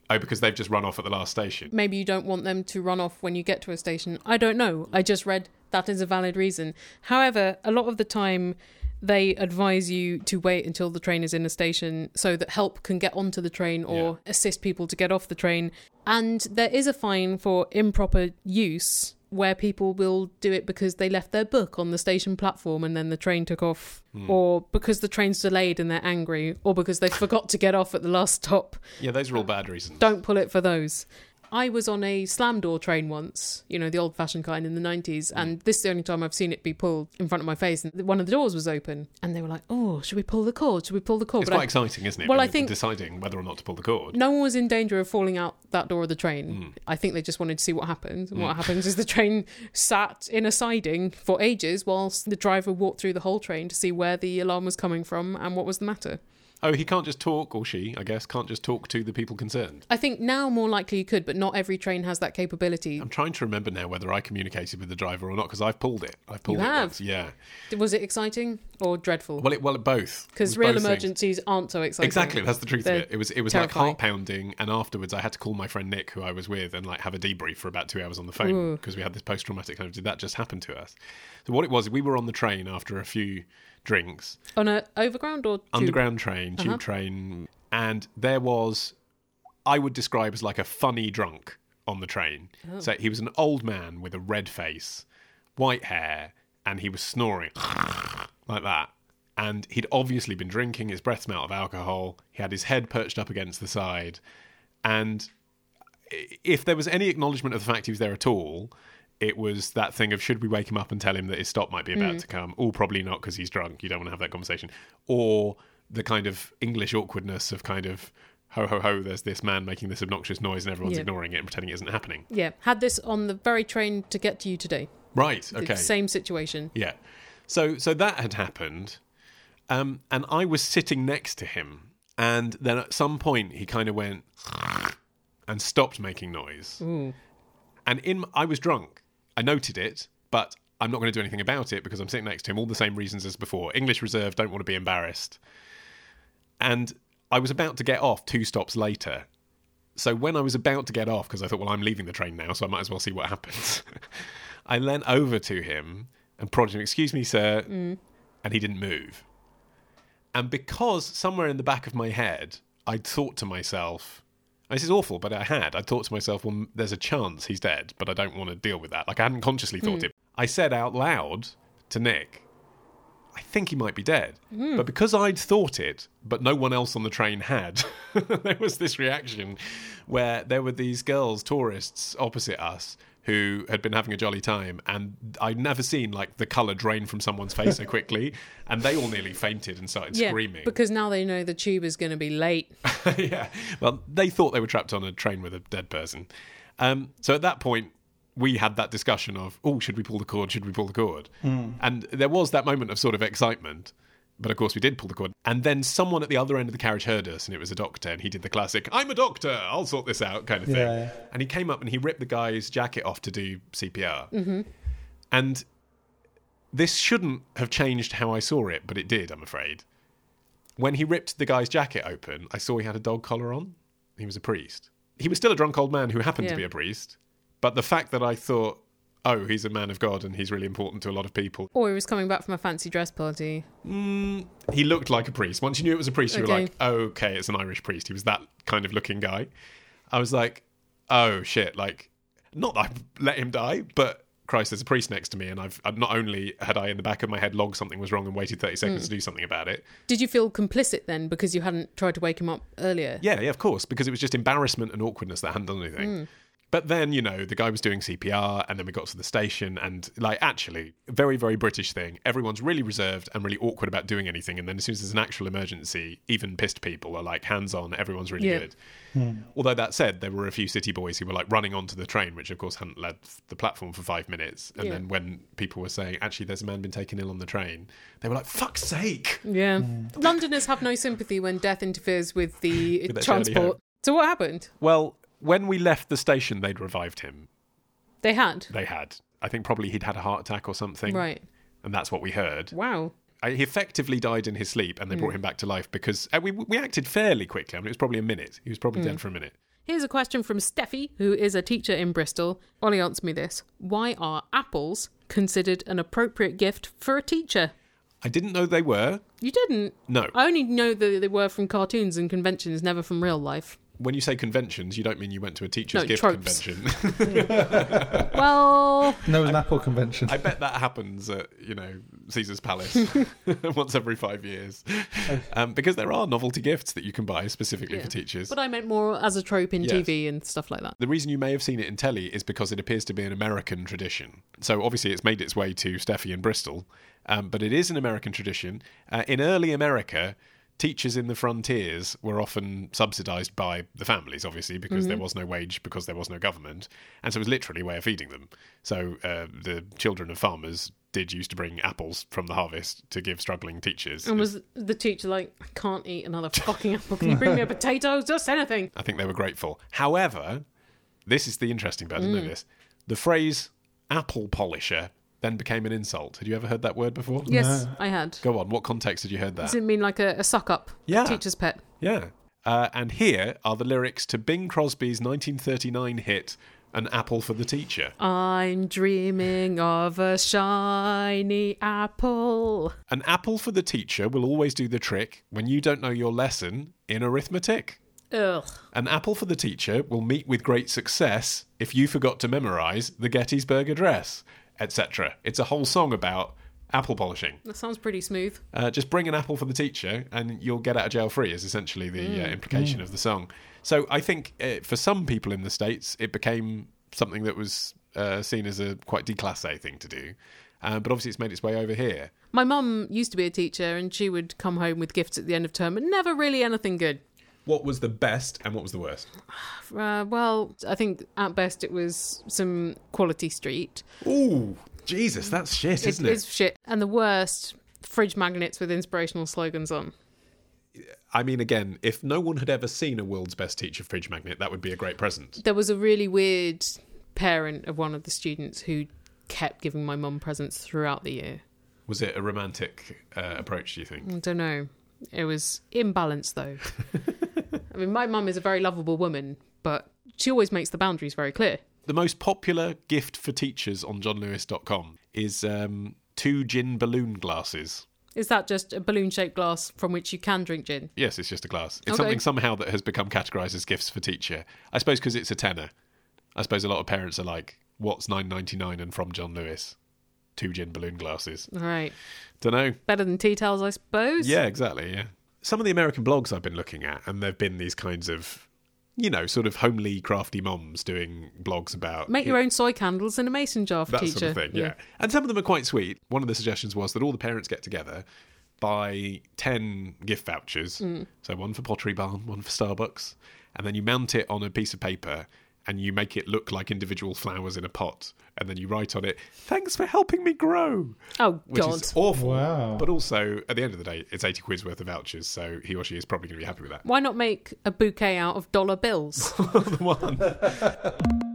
[SPEAKER 3] oh, because they've just run off at the last station.
[SPEAKER 2] maybe you don't want them to run off when you get to a station. I don't know. I just read that is a valid reason. However, a lot of the time they advise you to wait until the train is in a station so that help can get onto the train or assist people to get off the train. And there is a fine for improper use where people will do it because they left their book on the station platform and then the train took off or because the train's delayed and they're angry or because they forgot to get off at the last stop
[SPEAKER 3] Yeah, those are all bad reasons.
[SPEAKER 2] don't pull it for those. I was on a slam door train once, you know, the old fashioned kind in the 90s,
[SPEAKER 3] Mm.
[SPEAKER 2] and this is the only time I've seen it be pulled in front of my face. And one of the doors was open, and they were like, oh, should we pull the cord? Should we pull the cord?
[SPEAKER 3] It's
[SPEAKER 2] But
[SPEAKER 3] quite
[SPEAKER 2] I-
[SPEAKER 3] exciting, isn't it?
[SPEAKER 2] Well,
[SPEAKER 3] when
[SPEAKER 2] I
[SPEAKER 3] you're
[SPEAKER 2] think-
[SPEAKER 3] deciding whether or not to pull the cord.
[SPEAKER 2] No one was in danger of falling out that door of the
[SPEAKER 3] Mm.
[SPEAKER 2] train. I think they just wanted to see what happened. And what happens is the train sat in a siding for ages whilst the driver walked through the whole train to see where the alarm was coming from and what was the matter.
[SPEAKER 3] Oh, he can't just talk, or she, I guess, can't just talk to the people concerned.
[SPEAKER 2] I think now more likely you could, but not every train has that capability.
[SPEAKER 3] I'm trying to remember now whether I communicated with the driver or not because I've pulled it. I've pulled
[SPEAKER 2] You
[SPEAKER 3] it.
[SPEAKER 2] have?
[SPEAKER 3] once, Yeah.
[SPEAKER 2] Was it exciting or dreadful?
[SPEAKER 3] Well, it well, it both It
[SPEAKER 2] because
[SPEAKER 3] was
[SPEAKER 2] real
[SPEAKER 3] both things.
[SPEAKER 2] emergencies aren't so exciting.
[SPEAKER 3] Exactly, that's the truth
[SPEAKER 2] They're
[SPEAKER 3] of it. It was it was
[SPEAKER 2] terrifying.
[SPEAKER 3] like heart pounding, and afterwards I had to call my friend Nick, who I was with, and like have a debrief for about two hours on the phone because we had this post traumatic kind of. Did that just happen to us? So what it was, we were on the train after a few drinks,
[SPEAKER 2] on a overground or tube?
[SPEAKER 3] underground train, tube train, and there was, I would describe as like a funny drunk on the train. So he was an old man with a red face, white hair, and he was snoring like that. and he'd obviously been drinking. His breath smelled of alcohol. He had his head perched up against the side, and if there was any acknowledgement of the fact he was there at all, it was that thing of should we wake him up and tell him that his stop might be about to come? Oh, probably not because he's drunk. You don't want to have that conversation. Or the kind of English awkwardness of kind of ho ho ho, there's this man making this obnoxious noise and everyone's
[SPEAKER 2] Yeah.
[SPEAKER 3] ignoring it and pretending it isn't happening.
[SPEAKER 2] Yeah, had this on the very train to get to you today.
[SPEAKER 3] Right.
[SPEAKER 2] The
[SPEAKER 3] Okay.
[SPEAKER 2] Same situation.
[SPEAKER 3] Yeah. So so that had happened, um, and I was sitting next to him, and then at some point he kind of went and stopped making noise, and in I was drunk. I noted it, but I'm not going to do anything about it because I'm sitting next to him. All the same reasons as before. English reserve. Don't want to be embarrassed. And I was about to get off two stops later. So when I was about to get off, because I thought, well, I'm leaving the train now, so I might as well see what happens, I leant over to him and prodded him, Excuse me, sir. And he didn't move. And because somewhere in the back of my head, I'd thought to myself, this is awful, but I had. I thought to myself, well, m- there's a chance he's dead, but I don't want to deal with that. Like, I hadn't consciously thought it. I said out loud to Nick, I think he might be dead. But because I'd thought it, but no one else on the train had, there was this reaction where there were these girls, tourists opposite us, who had been having a jolly time. And I'd never seen like the colour drain from someone's face so quickly. And they all nearly fainted and started
[SPEAKER 2] Yeah,
[SPEAKER 3] screaming.
[SPEAKER 2] because now they know the tube is going to be late.
[SPEAKER 3] yeah. Well, they thought they were trapped on a train with a dead person. Um, so at that point, we had that discussion of, oh, should we pull the cord? Should we pull the cord?
[SPEAKER 4] Hmm.
[SPEAKER 3] And there was that moment of sort of excitement. But of course, we did pull the cord. And then someone at the other end of the carriage heard us, and it was a doctor, and he did the classic, I'm a doctor, I'll sort this out kind of thing.
[SPEAKER 4] Yeah, yeah.
[SPEAKER 3] And he came up and he ripped the guy's jacket off to do CPR. And this shouldn't have changed how I saw it, but it did, I'm afraid. When he ripped the guy's jacket open, I saw he had a dog collar on. He was a priest. He was still a drunk old man who happened to
[SPEAKER 2] Yeah.
[SPEAKER 3] be a priest, but the fact that I thought, oh, he's a man of God and he's really important to a lot of people,
[SPEAKER 2] Or he was coming back from a fancy dress party.
[SPEAKER 3] he looked like a priest. Once you knew it was a priest, you were
[SPEAKER 2] Okay.
[SPEAKER 3] like, okay, it's an Irish priest. He was that kind of looking guy. I was like, oh shit, like, not that I let him die, but Christ, there's a priest next to me, and I've I've- not only had I in the back of my head logged something was wrong and waited 30 seconds to do something about it.
[SPEAKER 2] Did you feel complicit then because you hadn't tried to wake him up earlier?
[SPEAKER 3] Yeah, yeah, of course, because it was just embarrassment and awkwardness that I hadn't done anything.
[SPEAKER 2] Mm.
[SPEAKER 3] But then, you know, the guy was doing CPR, and then we got to the station, and like, actually, very, very British thing. Everyone's really reserved and really awkward about doing anything. And then, as soon as there's an actual emergency, even pissed people are like hands on, everyone's really
[SPEAKER 2] Yeah.
[SPEAKER 3] good. Although, that said, there were a few city boys who were like running onto the train, which of course hadn't left the platform for five minutes. And
[SPEAKER 2] Yeah.
[SPEAKER 3] then, when people were saying, actually, there's a man been taken ill on the train, they were like, fuck's sake.
[SPEAKER 2] Yeah. Londoners have no sympathy when death interferes with the
[SPEAKER 3] With that journey
[SPEAKER 2] transport.
[SPEAKER 3] home.
[SPEAKER 2] So what happened?
[SPEAKER 3] Well, when we left the station, they'd revived him.
[SPEAKER 2] They had.
[SPEAKER 3] they had. I think probably he'd had a heart attack or something.
[SPEAKER 2] Right.
[SPEAKER 3] And that's what we heard.
[SPEAKER 2] Wow.
[SPEAKER 3] I- He effectively died in his sleep and they
[SPEAKER 2] Hmm.
[SPEAKER 3] brought him back to life because uh, we, we acted fairly quickly. I mean, it was probably a minute. He was probably
[SPEAKER 2] Hmm.
[SPEAKER 3] dead for a minute.
[SPEAKER 2] Here's a question from Steffi, who is a teacher in Bristol. Ollie, answer me this. Why are apples considered an appropriate gift for a teacher?
[SPEAKER 3] I didn't know they were.
[SPEAKER 2] You didn't.
[SPEAKER 3] No.
[SPEAKER 2] I only know that they were from cartoons and conventions, never from real life.
[SPEAKER 3] When you say conventions, you don't mean you went to a teacher's
[SPEAKER 2] No,
[SPEAKER 3] gift
[SPEAKER 2] tropes.
[SPEAKER 3] convention.
[SPEAKER 2] Well,
[SPEAKER 4] No, it was an Apple convention.
[SPEAKER 3] I bet that happens at, you know, Caesar's Palace once every five years. Um, because there are novelty gifts that you can buy specifically for teachers.
[SPEAKER 2] but I meant more as a trope in
[SPEAKER 3] Yes.
[SPEAKER 2] TV and stuff like that.
[SPEAKER 3] The reason you may have seen it in telly is because it appears to be an American tradition. So obviously, it's made its way to Steffi in Bristol, um, but it is an American tradition. Uh, in early America, teachers in the frontiers were often subsidized by the families, obviously, because there was no wage, because there was no government, and so it was literally a way of feeding them. So uh, the children of farmers did used to bring apples from the harvest to give struggling teachers.
[SPEAKER 2] And was the teacher like, I can't eat another fucking apple. Can you bring me a potato? Just anything.
[SPEAKER 3] I think they were grateful. However, this is the interesting bit. I didn't know
[SPEAKER 2] Mm.
[SPEAKER 3] this. The phrase apple polisher then became an insult. Had you ever heard that word before?
[SPEAKER 2] Yes, I had.
[SPEAKER 3] Go on. What context had you heard that?
[SPEAKER 2] Does it mean like a, a suck up?
[SPEAKER 3] Yeah.
[SPEAKER 2] Teacher's pet.
[SPEAKER 3] yeah. Uh, and here are the lyrics to Bing Crosby's 1939 hit, An Apple for the Teacher.
[SPEAKER 2] Oh. I'm dreaming of a shiny apple.
[SPEAKER 3] An apple for the teacher will always do the trick when you don't know your lesson in arithmetic.
[SPEAKER 2] Ugh.
[SPEAKER 3] An apple for the teacher will meet with great success if you forgot to memorize the Gettysburg Address, etc. It's a whole song about apple polishing.
[SPEAKER 2] That sounds pretty smooth.
[SPEAKER 3] Uh, just bring an apple for the teacher and you'll get out of jail free, is essentially the
[SPEAKER 2] Mm,
[SPEAKER 3] uh, implication of the song. So I think uh, for some people in the States, it became something that was uh, seen as a quite declasse thing to do. Uh, but obviously, it's made its way over here.
[SPEAKER 2] My mum used to be a teacher and she would come home with gifts at the end of term, but never really anything good.
[SPEAKER 3] What was the best and what was the worst?
[SPEAKER 2] Uh, well, I think at best it was some quality street.
[SPEAKER 3] Ooh, Jesus, that's shit,
[SPEAKER 2] It
[SPEAKER 3] isn't
[SPEAKER 2] is shit. And the worst, fridge magnets with inspirational slogans on.
[SPEAKER 3] I mean, again, if no one had ever seen a world's best teacher fridge magnet, that would be a great present.
[SPEAKER 2] There was a really weird parent of one of the students who kept giving my mum presents throughout the year.
[SPEAKER 3] Was it a romantic uh, approach, do you think?
[SPEAKER 2] I don't know. It was imbalanced though. I mean, my mum is a very lovable woman, but she always makes the boundaries very clear.
[SPEAKER 3] The most popular gift for teachers on johnlewis.com is um, two gin balloon glasses.
[SPEAKER 2] Is that just a balloon shaped glass from which you can drink gin?
[SPEAKER 3] Yes, it's just a glass. It's
[SPEAKER 2] Okay.
[SPEAKER 3] something somehow that has become categorised as gifts for teacher. I suppose because it's a tenner. I suppose a lot of parents are like, "What's nine ninety nine and from John Lewis? Two gin balloon glasses."
[SPEAKER 2] All right.
[SPEAKER 3] Don't know.
[SPEAKER 2] Better than tea towels, I suppose.
[SPEAKER 3] Yeah, exactly. Yeah. Some of the American blogs I've been looking at, and there've been these kinds of, you know, sort of homely, crafty moms doing blogs about
[SPEAKER 2] Make your own soy candles in a mason jar for
[SPEAKER 3] that
[SPEAKER 2] teacher.
[SPEAKER 3] sort of thing. Yeah. and some of them are quite sweet. One of the suggestions was that all the parents get together, buy ten gift vouchers,
[SPEAKER 2] Mm.
[SPEAKER 3] so one for Pottery Barn, one for Starbucks, and then you mount it on a piece of paper. And you make it look like individual flowers in a pot, and then you write on it, "Thanks for helping me grow."
[SPEAKER 2] Oh
[SPEAKER 3] which
[SPEAKER 2] God.
[SPEAKER 3] is awful.
[SPEAKER 4] Wow.
[SPEAKER 3] But also, at the end of the day, it's 80 quid's worth of vouchers, so he or she is probably going to be happy with that.
[SPEAKER 2] Why not make a bouquet out of dollar bills?
[SPEAKER 3] The one.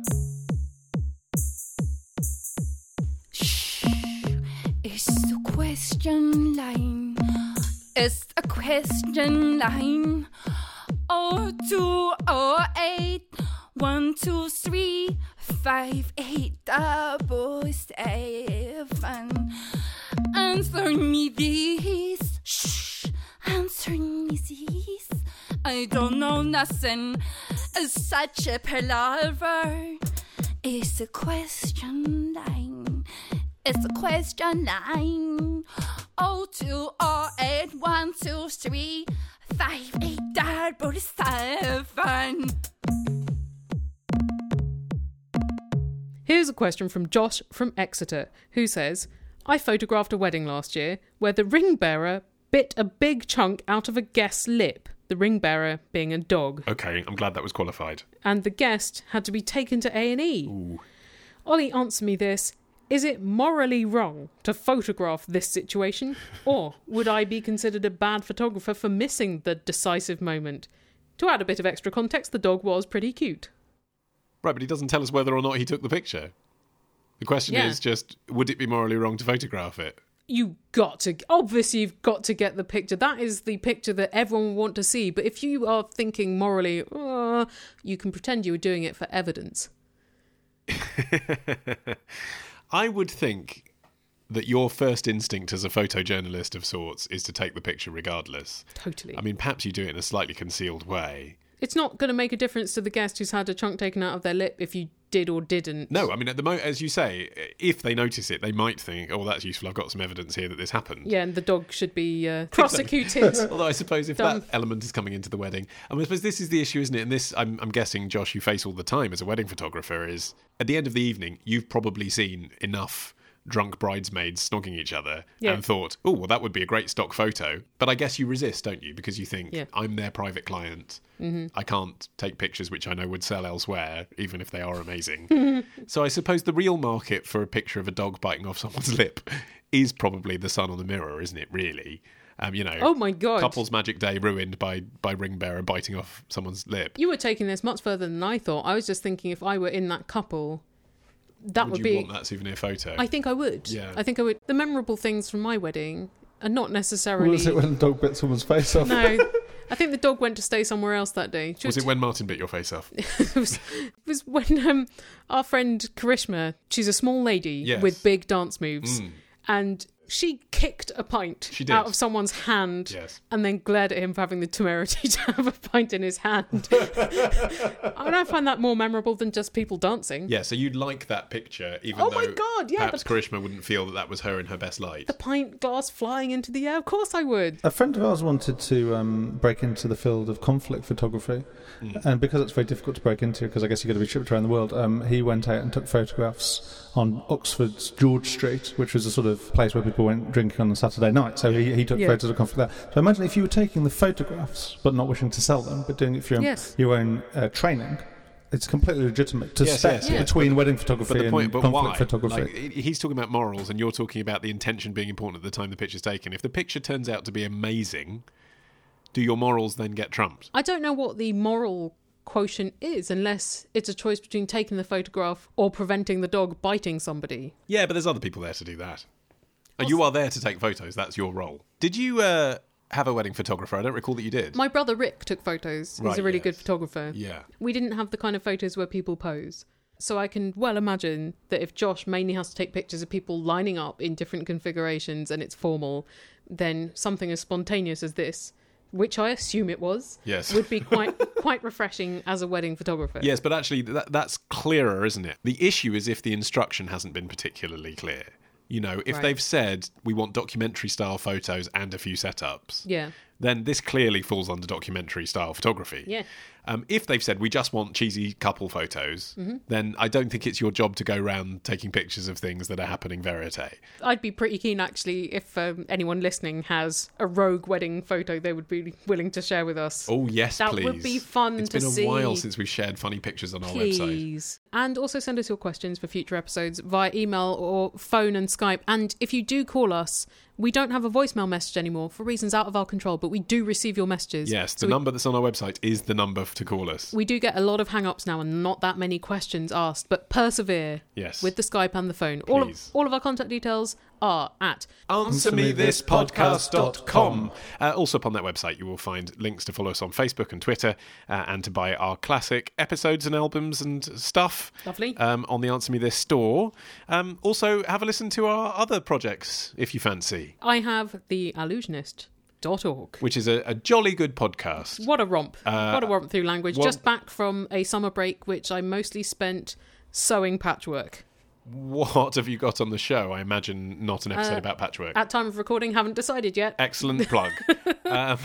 [SPEAKER 7] It's the question line. It's the question line. Oh two oh eight one two three five eight double seven. Answer me this. Shh. Answer me this. I don't know nothing. Such a palaver. It's a question line. It's a question line. Oh two oh eight one two three five eight double seven.
[SPEAKER 2] Here's a question from Josh from Exeter, who says, I photographed a wedding last year where the ring bearer bit a big chunk out of a guest's lip, the ring bearer being a dog,
[SPEAKER 3] okay, I'm glad that was qualified.
[SPEAKER 2] and the guest had to be taken to A&E. Ollie, answer me this. Is it morally wrong to photograph this situation? Or would I be considered a bad photographer for missing the decisive moment? To add a bit of extra context, the dog was pretty cute.
[SPEAKER 3] Right, but he doesn't tell us whether or not he took the picture. The question
[SPEAKER 2] Yeah.
[SPEAKER 3] is just, would it be morally wrong to photograph it?
[SPEAKER 2] you got to obviously you've got to get the picture that is the picture that everyone will want to see but if you are thinking morally "Uh," you can pretend you were doing it for evidence
[SPEAKER 3] I would think that your first instinct as a photojournalist of sorts is to take the picture regardless.
[SPEAKER 2] totally
[SPEAKER 3] I mean, perhaps you do it in a slightly concealed way.
[SPEAKER 2] it's not going to make a difference to the guest who's had a chunk taken out of their lip if you did or didn't
[SPEAKER 3] No, I mean, at the moment, as you say, if they notice it, they might think, oh, that's useful. I've got some evidence here that this happened.
[SPEAKER 2] yeah and the dog should be uh, prosecuted
[SPEAKER 3] Although I suppose if
[SPEAKER 2] Done.
[SPEAKER 3] that element is coming into the wedding, I, mean, I suppose this is the issue, isn't it? And this, I'm, I'm guessing, Josh, you face all the time as a wedding photographer is at the end of the evening, you've probably seen enough drunk bridesmaids snogging each other
[SPEAKER 2] Yeah.
[SPEAKER 3] and thought, oh, well, that would be a great stock photo. But I guess you resist, don't you? Because you think,
[SPEAKER 2] Yeah. Mm-hmm.
[SPEAKER 3] I'm their private client. I can't take pictures which I know would sell elsewhere, even if they are amazing. so I suppose the real market for a picture of a dog biting off someone's lip is probably the sun on the mirror, isn't it, really? Um, you know,
[SPEAKER 2] Oh my God.
[SPEAKER 3] Couples Magic Day ruined by by ring bearer biting off someone's lip.
[SPEAKER 2] you were taking this much further than i thought i was just thinking if i were in that couple that
[SPEAKER 3] Would
[SPEAKER 2] would,
[SPEAKER 3] you
[SPEAKER 2] be
[SPEAKER 3] want that souvenir photo?
[SPEAKER 2] i think i would
[SPEAKER 3] Yeah.
[SPEAKER 2] i think i would the memorable things from my wedding are not necessarily
[SPEAKER 4] Was it when the dog bit someone's face off?
[SPEAKER 2] No, I think the dog went to stay somewhere else that day. She
[SPEAKER 3] was it when Martin bit your face off?
[SPEAKER 2] it was, it was when um, our friend Karishma, she's a small lady
[SPEAKER 3] Yes. Mm.
[SPEAKER 2] with big dance moves, and She kicked a pint
[SPEAKER 3] She did.
[SPEAKER 2] out of someone's hand
[SPEAKER 3] Yes.
[SPEAKER 2] and then glared at him for having the temerity to have a pint in his hand. I mean, I find that more memorable than just people dancing.
[SPEAKER 3] Yeah, so you'd like that picture, even
[SPEAKER 2] Oh
[SPEAKER 3] though
[SPEAKER 2] my God, yeah,
[SPEAKER 3] perhaps
[SPEAKER 2] the-
[SPEAKER 3] Karishma wouldn't feel that that was her in her best light.
[SPEAKER 2] The pint glass flying into the air. Of course I would.
[SPEAKER 4] A friend of ours wanted to um, break into the field of conflict photography,
[SPEAKER 3] Mm.
[SPEAKER 4] and because it's very difficult to break into, because I guess you've got to be shipped around the world, um, he went out and took photographs on Oxford's George Street, which was a sort of place where people went drinking on a Saturday night. So he, he took
[SPEAKER 2] Yeah.
[SPEAKER 4] photos of conflict there. So imagine if you were taking the photographs but not wishing to sell them, but doing it for your,
[SPEAKER 2] Yes.
[SPEAKER 4] your own uh, training. It's completely legitimate to
[SPEAKER 3] Yes,
[SPEAKER 4] step
[SPEAKER 3] yes, yes.
[SPEAKER 4] between wedding photography
[SPEAKER 3] but the point,
[SPEAKER 4] and
[SPEAKER 3] but
[SPEAKER 4] conflict
[SPEAKER 3] why?
[SPEAKER 4] photography.
[SPEAKER 3] Like, he- he's talking about morals, and you're talking about the intention being important at the time the picture's taken. If the picture turns out to be amazing, do your morals then get trumped?
[SPEAKER 2] I don't know what the moral quotient is unless it's a choice between taking the photograph or preventing the dog biting somebody.
[SPEAKER 3] Yeah, but there's other people there to do that. And Oh, you are there to take photos. That's your role. Did you uh, have a wedding photographer? I don't recall that you did.
[SPEAKER 2] My brother Rick took photos. He's
[SPEAKER 3] Right,
[SPEAKER 2] a really
[SPEAKER 3] yes.
[SPEAKER 2] good photographer.
[SPEAKER 3] yeah.
[SPEAKER 2] We didn't have the kind of photos where people pose. So I can well imagine that if Josh mainly has to take pictures of people lining up in different configurations and it's formal, then something as spontaneous as this, which I assume it was,
[SPEAKER 3] Yes.
[SPEAKER 2] would be quite quite refreshing as a wedding photographer.
[SPEAKER 3] Yes, but actually, that, that's clearer, isn't it? The issue is if the instruction hasn't been particularly clear. You know, if
[SPEAKER 2] Right.
[SPEAKER 3] they've said we want documentary style photos and a few setups,
[SPEAKER 2] Yeah.
[SPEAKER 3] then this clearly falls under documentary style photography.
[SPEAKER 2] Yeah.
[SPEAKER 3] Um, if they've said we just want cheesy couple photos, then I don't think it's your job to go round taking pictures of things that are happening verite.
[SPEAKER 2] I'd be pretty keen actually if um, anyone listening has a rogue wedding photo they would be willing to share with us.
[SPEAKER 3] Oh yes,
[SPEAKER 2] That
[SPEAKER 3] please.
[SPEAKER 2] would be fun
[SPEAKER 3] It's
[SPEAKER 2] to
[SPEAKER 3] been a
[SPEAKER 2] see.
[SPEAKER 3] while since we've shared funny pictures on our website.
[SPEAKER 2] Please. And also send us your questions for future episodes via email or phone and Skype. And if you do call us, we don't have a voicemail message anymore for reasons out of our control, but we do receive your messages.
[SPEAKER 3] Yes, the
[SPEAKER 2] So we-
[SPEAKER 3] number that's on our website is the number f- to call us.
[SPEAKER 2] We, do get a lot of hang ups now and not that many questions asked, but persevere
[SPEAKER 3] Yes.
[SPEAKER 2] with the Skype and the phone. All of,
[SPEAKER 3] Please.
[SPEAKER 2] all of our contact details are at
[SPEAKER 3] AnswerMeThisPodcast.com. Uh, also, upon that website, you will find links to follow us on Facebook and Twitter uh, and to buy our classic episodes and albums and stuff.
[SPEAKER 2] Lovely.
[SPEAKER 3] Um, on the Answer Me This store. Um, also, have a listen to our other projects if you fancy,
[SPEAKER 2] I have the allusionist.org.
[SPEAKER 3] which is a, a jolly good podcast.
[SPEAKER 2] What a romp.
[SPEAKER 3] Uh,
[SPEAKER 2] what a romp through language.
[SPEAKER 3] what-
[SPEAKER 2] Just back from a summer break, which I mostly spent sewing patchwork.
[SPEAKER 3] What have you got on the show? I imagine not an
[SPEAKER 2] Uh,
[SPEAKER 3] episode about patchwork.
[SPEAKER 2] At time of recording, haven't decided yet.
[SPEAKER 3] Excellent plug. um,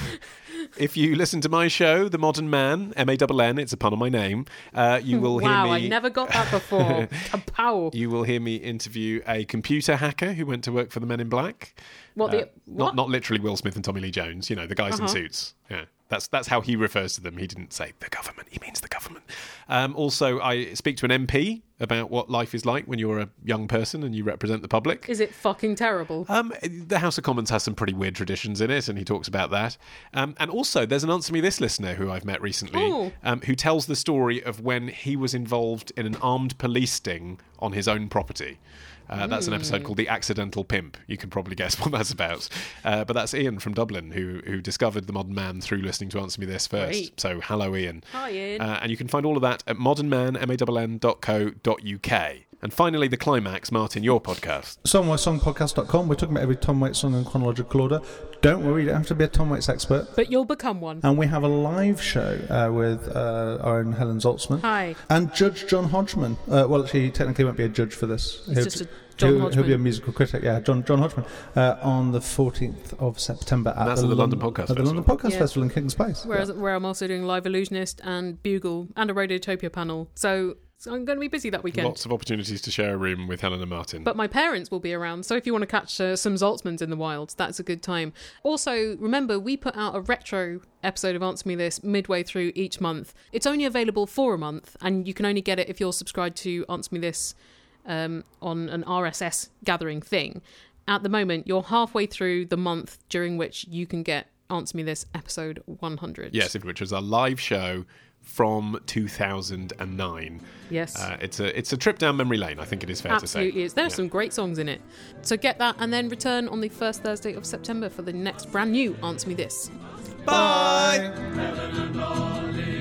[SPEAKER 3] if you listen to my show, The Modern Man, M A N N, it's a pun on my name. Uh, you will hear
[SPEAKER 2] wow,
[SPEAKER 3] me.
[SPEAKER 2] I never got that before. Kapow.
[SPEAKER 3] You will hear me interview a computer hacker who went to work for the Men in Black.
[SPEAKER 2] What the-
[SPEAKER 3] Uh,
[SPEAKER 2] what? Uh-huh.
[SPEAKER 3] Not not literally Will Smith and Tommy Lee Jones. You know the guys in suits. Yeah, that's that's how he refers to them. He didn't say the government. He means the government. Um, also, I speak to an MP about what life is like when you're a young person and you represent the public.
[SPEAKER 2] Is it fucking terrible?
[SPEAKER 3] Um, the House of Commons has some pretty weird traditions in it, and he talks about that. Um, and also, there's an Answer Me This listener who I've met recently
[SPEAKER 2] Oh.
[SPEAKER 3] um, who tells the story of when he was involved in an armed police sting on his own property. Uh, that's an
[SPEAKER 2] Hmm.
[SPEAKER 3] episode called The Accidental Pimp. You can probably guess what that's about. Uh, but that's Ian from Dublin who, who discovered the modern man through listening to Answer Me This first.
[SPEAKER 2] Great.
[SPEAKER 3] So, hello, Ian.
[SPEAKER 2] Hi, Ian.
[SPEAKER 3] Uh, and you can find all of that at modernman.co.uk. And finally, The Climax, Martin, your podcast.
[SPEAKER 4] Songwhitesongpodcast.com. We're talking about every Tom Waits song in chronological order. Don't worry, you don't have to be a Tom Waits expert.
[SPEAKER 2] but you'll become one.
[SPEAKER 3] Um,
[SPEAKER 4] And we have a live show uh, with uh, our own Helen Zaltzman.
[SPEAKER 2] Hi.
[SPEAKER 4] And Judge John Hodgman. Uh, well, actually, he technically won't be a judge for this. He's
[SPEAKER 2] just a John
[SPEAKER 4] he'll, he'll be a
[SPEAKER 2] Hodgman.
[SPEAKER 4] musical critic, yeah. John, John Hodgman. Uh, on the 14th of September at,
[SPEAKER 3] that's
[SPEAKER 4] the,
[SPEAKER 3] at the London
[SPEAKER 4] Lon-
[SPEAKER 3] Podcast
[SPEAKER 4] at the London
[SPEAKER 3] Festival.
[SPEAKER 4] Podcast
[SPEAKER 2] Yeah.
[SPEAKER 4] Festival in King's Place.
[SPEAKER 2] Whereas,
[SPEAKER 4] Yeah.
[SPEAKER 2] Where I'm also doing Live Illusionist and Bugle and a Radiotopia panel. So, so I'm going to be busy that weekend.
[SPEAKER 3] Lots of opportunities to share a room with Helen and Martin.
[SPEAKER 2] But my parents will be around, so if you want to catch uh, some Zaltzmans in the wild, that's a good time. Also, remember, we put out a retro episode of Answer Me This midway through each month. It's only available for a month, and you can only get it if you're subscribed to Answer Me This um, on an RSS gathering thing. At the moment, you're halfway through the month during which you can get Answer Me This episode 100.
[SPEAKER 3] yes, which was a live show from 2009.
[SPEAKER 2] Yes.
[SPEAKER 3] Uh, it's a it's a trip down memory lane. I think it is fair
[SPEAKER 2] Absolutely
[SPEAKER 3] to
[SPEAKER 2] is.
[SPEAKER 3] say.
[SPEAKER 2] There are
[SPEAKER 3] Yeah.
[SPEAKER 2] some great songs in it. So get that and then return on the first Thursday of September for the next brand new Answer Me This.
[SPEAKER 4] Bye.
[SPEAKER 6] Helen and Lolly